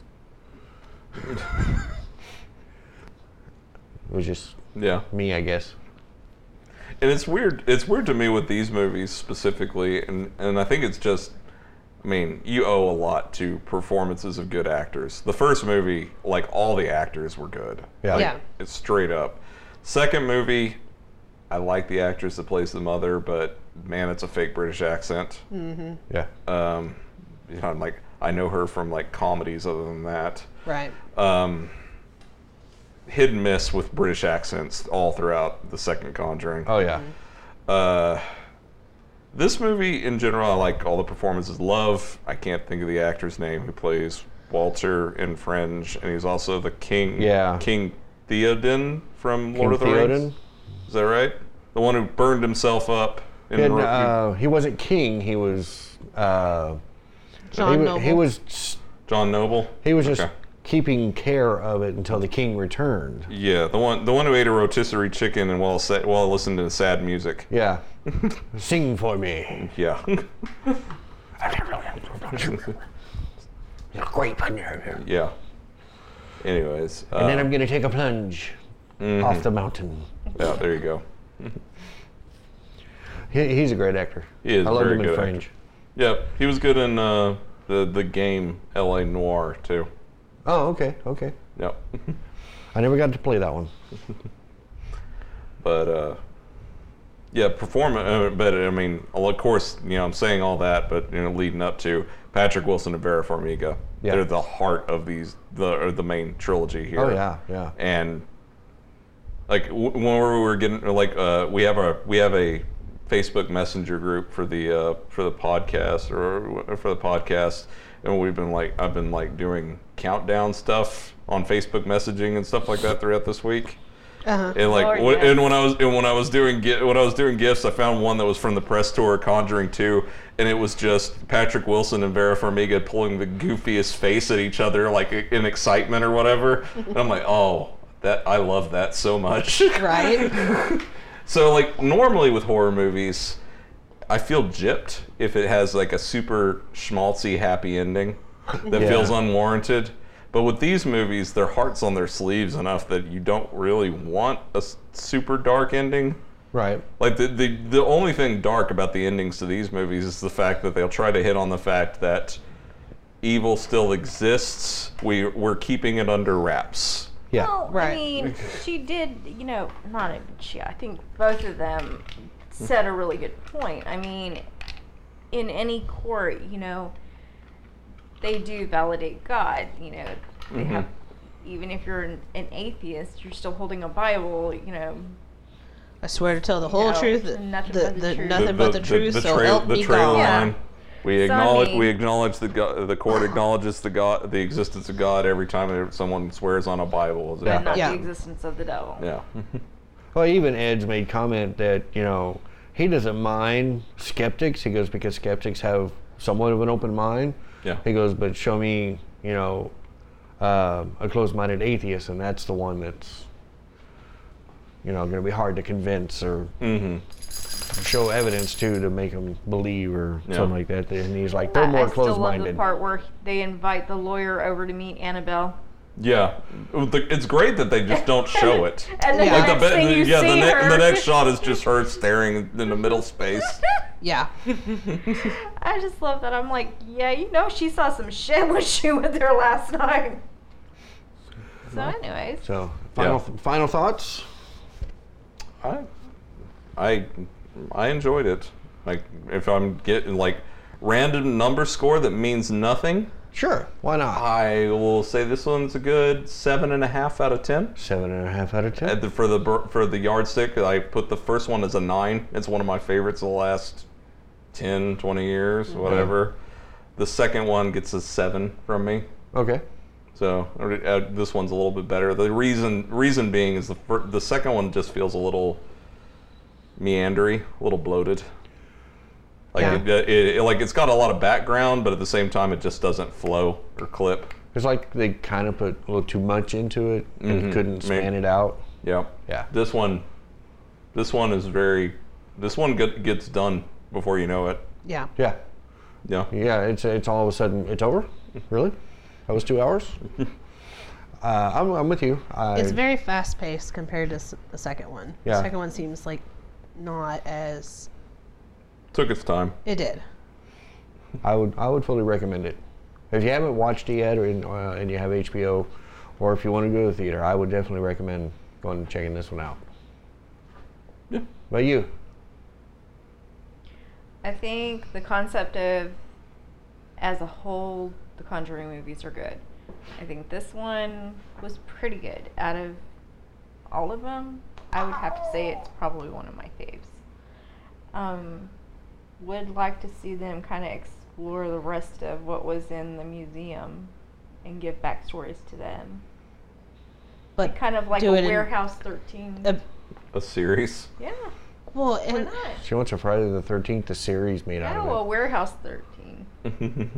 [SPEAKER 2] it was just
[SPEAKER 3] yeah.
[SPEAKER 2] me, I guess.
[SPEAKER 3] and it's weird it's weird to me with these movies specifically and and i think it's just i mean you owe a lot to performances of good actors the first movie like all the actors were good
[SPEAKER 2] Yeah.
[SPEAKER 5] yeah.
[SPEAKER 3] it's straight up second movie i like the actress that plays the mother but man it's a fake british accent
[SPEAKER 2] Yeah.
[SPEAKER 3] um you know i'm like i know her from like comedies other than that
[SPEAKER 5] Right.
[SPEAKER 3] um hit and miss with british accents all throughout the second conjuring
[SPEAKER 2] oh yeah.
[SPEAKER 3] uh, this movie in general, I like all the performances. Love, I can't think of the actor's name who plays Walter in Fringe, and he's also the King.
[SPEAKER 2] Yeah.
[SPEAKER 3] King Theoden from Lord of the
[SPEAKER 2] King
[SPEAKER 3] Rings.
[SPEAKER 2] Theoden?
[SPEAKER 3] Is that right? The one who burned himself up. In
[SPEAKER 2] And,
[SPEAKER 3] Ro-
[SPEAKER 2] uh, he wasn't king. He was. Uh,
[SPEAKER 5] John
[SPEAKER 2] he, wa-
[SPEAKER 5] Noble.
[SPEAKER 2] he was. s-
[SPEAKER 3] John Noble.
[SPEAKER 2] He was just
[SPEAKER 3] Okay.
[SPEAKER 2] keeping care of it until the king returned.
[SPEAKER 3] Yeah, the one the one who ate a rotisserie chicken and while sa- while listening to sad music.
[SPEAKER 2] Yeah.
[SPEAKER 3] (laughs)
[SPEAKER 2] Sing for me.
[SPEAKER 3] Yeah. (laughs)
[SPEAKER 2] Grape on your-
[SPEAKER 3] yeah. Anyways.
[SPEAKER 2] And then I'm going to take a plunge
[SPEAKER 3] Mm-hmm.
[SPEAKER 2] off the mountain.
[SPEAKER 3] uh, yeah, there you go.
[SPEAKER 2] He, he's a great actor.
[SPEAKER 3] He is
[SPEAKER 2] I loved
[SPEAKER 3] very
[SPEAKER 2] him in
[SPEAKER 3] good actor.
[SPEAKER 2] Fringe.
[SPEAKER 3] Yep, he was good in uh, the the game L.A. Noir too.
[SPEAKER 2] Oh, okay, okay.
[SPEAKER 3] Yep, (laughs)
[SPEAKER 2] I never got to play that one.
[SPEAKER 3] but uh, yeah, perform. Uh, but I mean, well, of course, you know, I'm saying all that, but you know, leading up to Patrick Wilson and Vera Farmiga,
[SPEAKER 2] Yeah.
[SPEAKER 3] they're the heart of these the or the main trilogy here.
[SPEAKER 2] Oh yeah, yeah.
[SPEAKER 3] and like w- when we were getting or, like uh, we have our we have a Facebook Messenger group for the uh, for the podcast or or for the podcast, and we've been like I've been like doing countdown stuff on Facebook messaging and stuff like that throughout this week.
[SPEAKER 5] Uh-huh.
[SPEAKER 3] And like
[SPEAKER 4] Lord,
[SPEAKER 3] wh-
[SPEAKER 4] yes.
[SPEAKER 3] and when I was and when I was doing gi- when I was doing gifts, I found one that was from the press tour of Conjuring Two, and it was just Patrick Wilson and Vera Farmiga pulling the goofiest face at each other, like in excitement or whatever. and I'm like, oh, that I love that so much. (laughs)
[SPEAKER 5] Right.
[SPEAKER 3] So like normally with horror movies, I feel gypped if it has like a super schmaltzy happy ending that
[SPEAKER 2] Yeah.
[SPEAKER 3] feels unwarranted. But with these movies, their heart's on their sleeves enough that you don't really want a s- super dark ending.
[SPEAKER 2] Right.
[SPEAKER 3] Like the, the the only thing dark about the endings to these movies is the fact that they'll try to hit on the fact that evil still exists. We we're keeping it under wraps.
[SPEAKER 2] Yeah.
[SPEAKER 4] Well, I
[SPEAKER 5] Right.
[SPEAKER 4] mean, she did, you know, not even she, I think both of them said a really good point. I mean, in any court, you know, they do validate God, you know, they have, even if you're an, an atheist, you're still holding a Bible, you know.
[SPEAKER 5] I swear to tell the whole
[SPEAKER 4] No,
[SPEAKER 5] truth,
[SPEAKER 4] it's
[SPEAKER 5] the,
[SPEAKER 4] nothing
[SPEAKER 5] the,
[SPEAKER 4] but the
[SPEAKER 5] the-
[SPEAKER 4] truth.
[SPEAKER 5] nothing but the, truth. so help
[SPEAKER 3] the
[SPEAKER 5] me
[SPEAKER 3] trailer
[SPEAKER 5] God.
[SPEAKER 4] Yeah.
[SPEAKER 3] line. We
[SPEAKER 4] So, I
[SPEAKER 3] acknowledge we
[SPEAKER 4] mean-
[SPEAKER 3] acknowledge the God, the court acknowledges the God the existence of God every time someone swears on a Bible. Is it?
[SPEAKER 4] But not
[SPEAKER 5] Yeah.
[SPEAKER 4] the existence of the devil.
[SPEAKER 3] Yeah.
[SPEAKER 2] Well, even Ed's made comment that you know he doesn't mind skeptics. He goes because skeptics have somewhat of an open mind.
[SPEAKER 3] Yeah. (laughs)
[SPEAKER 2] He goes, but show me, you know, um a closed-minded atheist, and that's the one that's, you know, going to be hard to convince or show evidence to to make them believe or
[SPEAKER 3] Yeah.
[SPEAKER 2] something like that. And he's like,
[SPEAKER 4] I,
[SPEAKER 2] they're
[SPEAKER 4] I
[SPEAKER 2] more
[SPEAKER 4] still love the
[SPEAKER 2] closed-minded.
[SPEAKER 4] part where they invite the lawyer over to meet Annabelle.
[SPEAKER 3] Yeah. It's great that they just don't show
[SPEAKER 4] (laughs)
[SPEAKER 3] it.
[SPEAKER 4] And the
[SPEAKER 5] Yeah.
[SPEAKER 3] Like
[SPEAKER 4] next
[SPEAKER 3] the,
[SPEAKER 4] thing you
[SPEAKER 3] yeah,
[SPEAKER 4] see
[SPEAKER 3] the, ne-
[SPEAKER 4] her,
[SPEAKER 3] the next shot is just her staring in the middle
[SPEAKER 4] (laughs)
[SPEAKER 3] space.
[SPEAKER 5] Yeah.
[SPEAKER 4] I just love that. I'm like, yeah, you know, she saw some shit when she (laughs) went there last night. So, anyways,
[SPEAKER 2] So, final final thoughts.
[SPEAKER 3] I, I, I enjoyed it. Like if I'm getting like random number score that means nothing,
[SPEAKER 2] Sure, why not?
[SPEAKER 3] I will say this one's a good seven and a half out of ten.
[SPEAKER 2] Seven and a half out of ten.
[SPEAKER 3] At the, for the bur- for the yardstick, I put the first one as a nine. It's one of my favorites of the last 10, 20 years, whatever. The second one gets a seven from me.
[SPEAKER 2] Okay.
[SPEAKER 3] So uh, uh, this one's a little bit better. The reason reason being is the fir- the second one just feels a little meandery, a little bloated. Like
[SPEAKER 5] Yeah.
[SPEAKER 3] it, it, it- like it's got a lot of background, but at the same time, it just doesn't flow or clip.
[SPEAKER 2] It's like they kind of put a little too much into it and
[SPEAKER 3] Mhm,
[SPEAKER 2] couldn't
[SPEAKER 3] maybe.
[SPEAKER 2] span it out.
[SPEAKER 3] Yeah.
[SPEAKER 2] Yeah.
[SPEAKER 3] This one, this one is very. This one get, gets done before you know it.
[SPEAKER 5] Yeah.
[SPEAKER 2] Yeah.
[SPEAKER 3] Yeah.
[SPEAKER 2] Yeah, it's it's all of a sudden it's over. Really? That was two hours? uh, I'm, I'm with you. I,
[SPEAKER 5] It's very fast paced compared to s- the second one.
[SPEAKER 2] Yeah.
[SPEAKER 5] The second one seems like not as.
[SPEAKER 3] Took its time.
[SPEAKER 5] It did.
[SPEAKER 2] I would I would fully recommend it. If you haven't watched it yet, or in, uh, and you have HBO, or if you want to go to the theater, I would definitely recommend going and checking this one out.
[SPEAKER 3] Yeah.
[SPEAKER 2] But you,
[SPEAKER 4] I think the concept of, as a whole, the Conjuring movies are good. I think this one was pretty good. Out of all of them, I would have to say it's probably one of my faves. Um, would like to see them kind of explore the rest of what was in the museum and give backstories to them.
[SPEAKER 5] But
[SPEAKER 4] Kind of like
[SPEAKER 5] Do
[SPEAKER 4] a
[SPEAKER 5] it in-
[SPEAKER 4] Warehouse 13.
[SPEAKER 5] uh,
[SPEAKER 3] A series. (laughs)
[SPEAKER 4] yeah,
[SPEAKER 5] well,
[SPEAKER 4] why
[SPEAKER 5] and
[SPEAKER 4] not?
[SPEAKER 2] she wants a Friday the Thirteenth the series made out
[SPEAKER 4] No, a
[SPEAKER 2] of
[SPEAKER 4] Warehouse 13.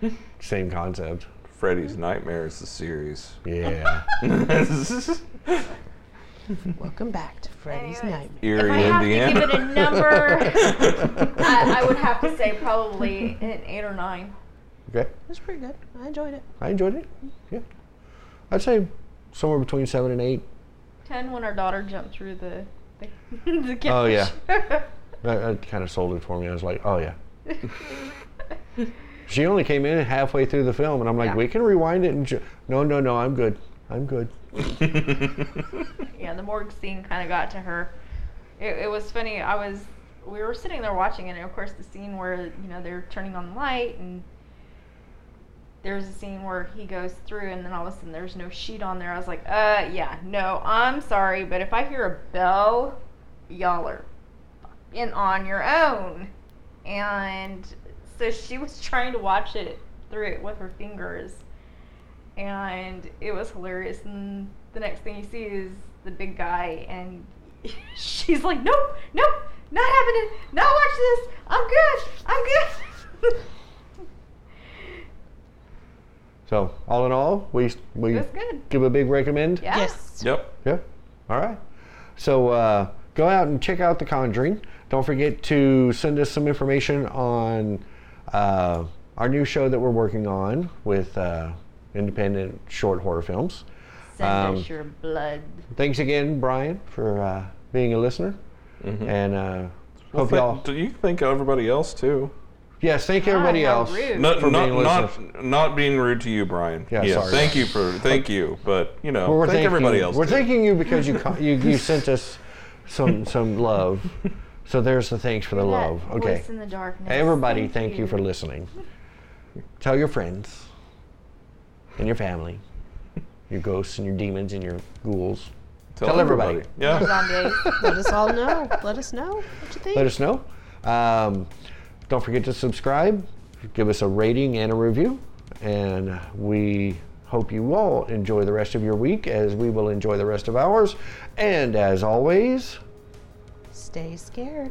[SPEAKER 2] it. Same concept.
[SPEAKER 3] Freddy's Nightmare is the series. (laughs)
[SPEAKER 2] Yeah.
[SPEAKER 5] welcome back to Freddy's
[SPEAKER 4] Anyways.
[SPEAKER 5] Nightmare.
[SPEAKER 3] Eerie,
[SPEAKER 4] I have to
[SPEAKER 3] Indiana.
[SPEAKER 4] give it a
[SPEAKER 2] (laughs)
[SPEAKER 4] number, I, I would have to say probably an eight or nine.
[SPEAKER 2] okay.
[SPEAKER 5] It was pretty good. I enjoyed it.
[SPEAKER 2] I enjoyed it. Yeah. I'd say somewhere between seven and eight.
[SPEAKER 4] Ten when our daughter jumped through the the, (laughs) the couch.
[SPEAKER 2] Oh, yeah. That, that kind of sold it for me. I was like, oh yeah.
[SPEAKER 5] (laughs)
[SPEAKER 2] she only came in halfway through the film, and I'm like,
[SPEAKER 4] Yeah.
[SPEAKER 2] we can rewind it. And ju- no, no, no, I'm good. I'm good.
[SPEAKER 3] (laughs)
[SPEAKER 4] yeah, the morgue scene kind of got to her. It, it was funny. I was we were sitting there watching it, and of course the scene where you know they're turning on the light, and there's a scene where he goes through, and then all of a sudden there's no sheet on there. I was like, uh, yeah, no, I'm sorry, but if I hear a bell, y'all are fucking on your own. And so she was trying to watch it through it with her fingers. And it was hilarious. And the next thing you see is the big guy, and (laughs) she's like, Nope, nope, not happening, not watch this, I'm good, I'm good. (laughs)
[SPEAKER 2] So all in all, we we
[SPEAKER 4] it was good.
[SPEAKER 2] give a big recommend.
[SPEAKER 4] Yeah.
[SPEAKER 5] Yes.
[SPEAKER 3] yep.
[SPEAKER 2] Yeah. All right. So uh, go out and check out The Conjuring. Don't forget to send us some information on uh, our new show that we're working on with uh, independent short horror films.
[SPEAKER 4] Send
[SPEAKER 2] Um,
[SPEAKER 4] us your blood.
[SPEAKER 2] Thanks again, Brian, for uh, being a listener.
[SPEAKER 3] Mm-hmm.
[SPEAKER 2] And uh, hope
[SPEAKER 3] Well,
[SPEAKER 2] y'all.
[SPEAKER 3] th- Do you think of everybody else too?
[SPEAKER 2] Yes, thank
[SPEAKER 4] God,
[SPEAKER 2] everybody
[SPEAKER 4] how
[SPEAKER 2] else.
[SPEAKER 4] rude.
[SPEAKER 3] Not
[SPEAKER 2] For
[SPEAKER 3] not
[SPEAKER 2] being
[SPEAKER 3] not, not being rude to you, Brian.
[SPEAKER 2] Yeah, sorry.
[SPEAKER 3] Thank you for thank you, but you know,
[SPEAKER 2] We're
[SPEAKER 3] thank
[SPEAKER 2] thanking-
[SPEAKER 3] everybody else.
[SPEAKER 2] We're
[SPEAKER 3] too.
[SPEAKER 2] thanking you because you, co- you
[SPEAKER 3] (laughs)
[SPEAKER 2] you sent us some some love. So there's the thanks for the
[SPEAKER 4] That
[SPEAKER 2] love. Okay.
[SPEAKER 4] Voice in the darkness.
[SPEAKER 2] Everybody, thank, you. for listening. Tell your friends and your family, your ghosts and your demons and your ghouls. tell everybody.
[SPEAKER 3] Yeah.
[SPEAKER 4] Zombies.
[SPEAKER 5] Let us all know. Let us know what you think.
[SPEAKER 2] Let us know. Um, don't forget to subscribe, give us a rating and a review, and we hope you all enjoy the rest of your week as we will enjoy the rest of ours. And as always,
[SPEAKER 5] Stay scared.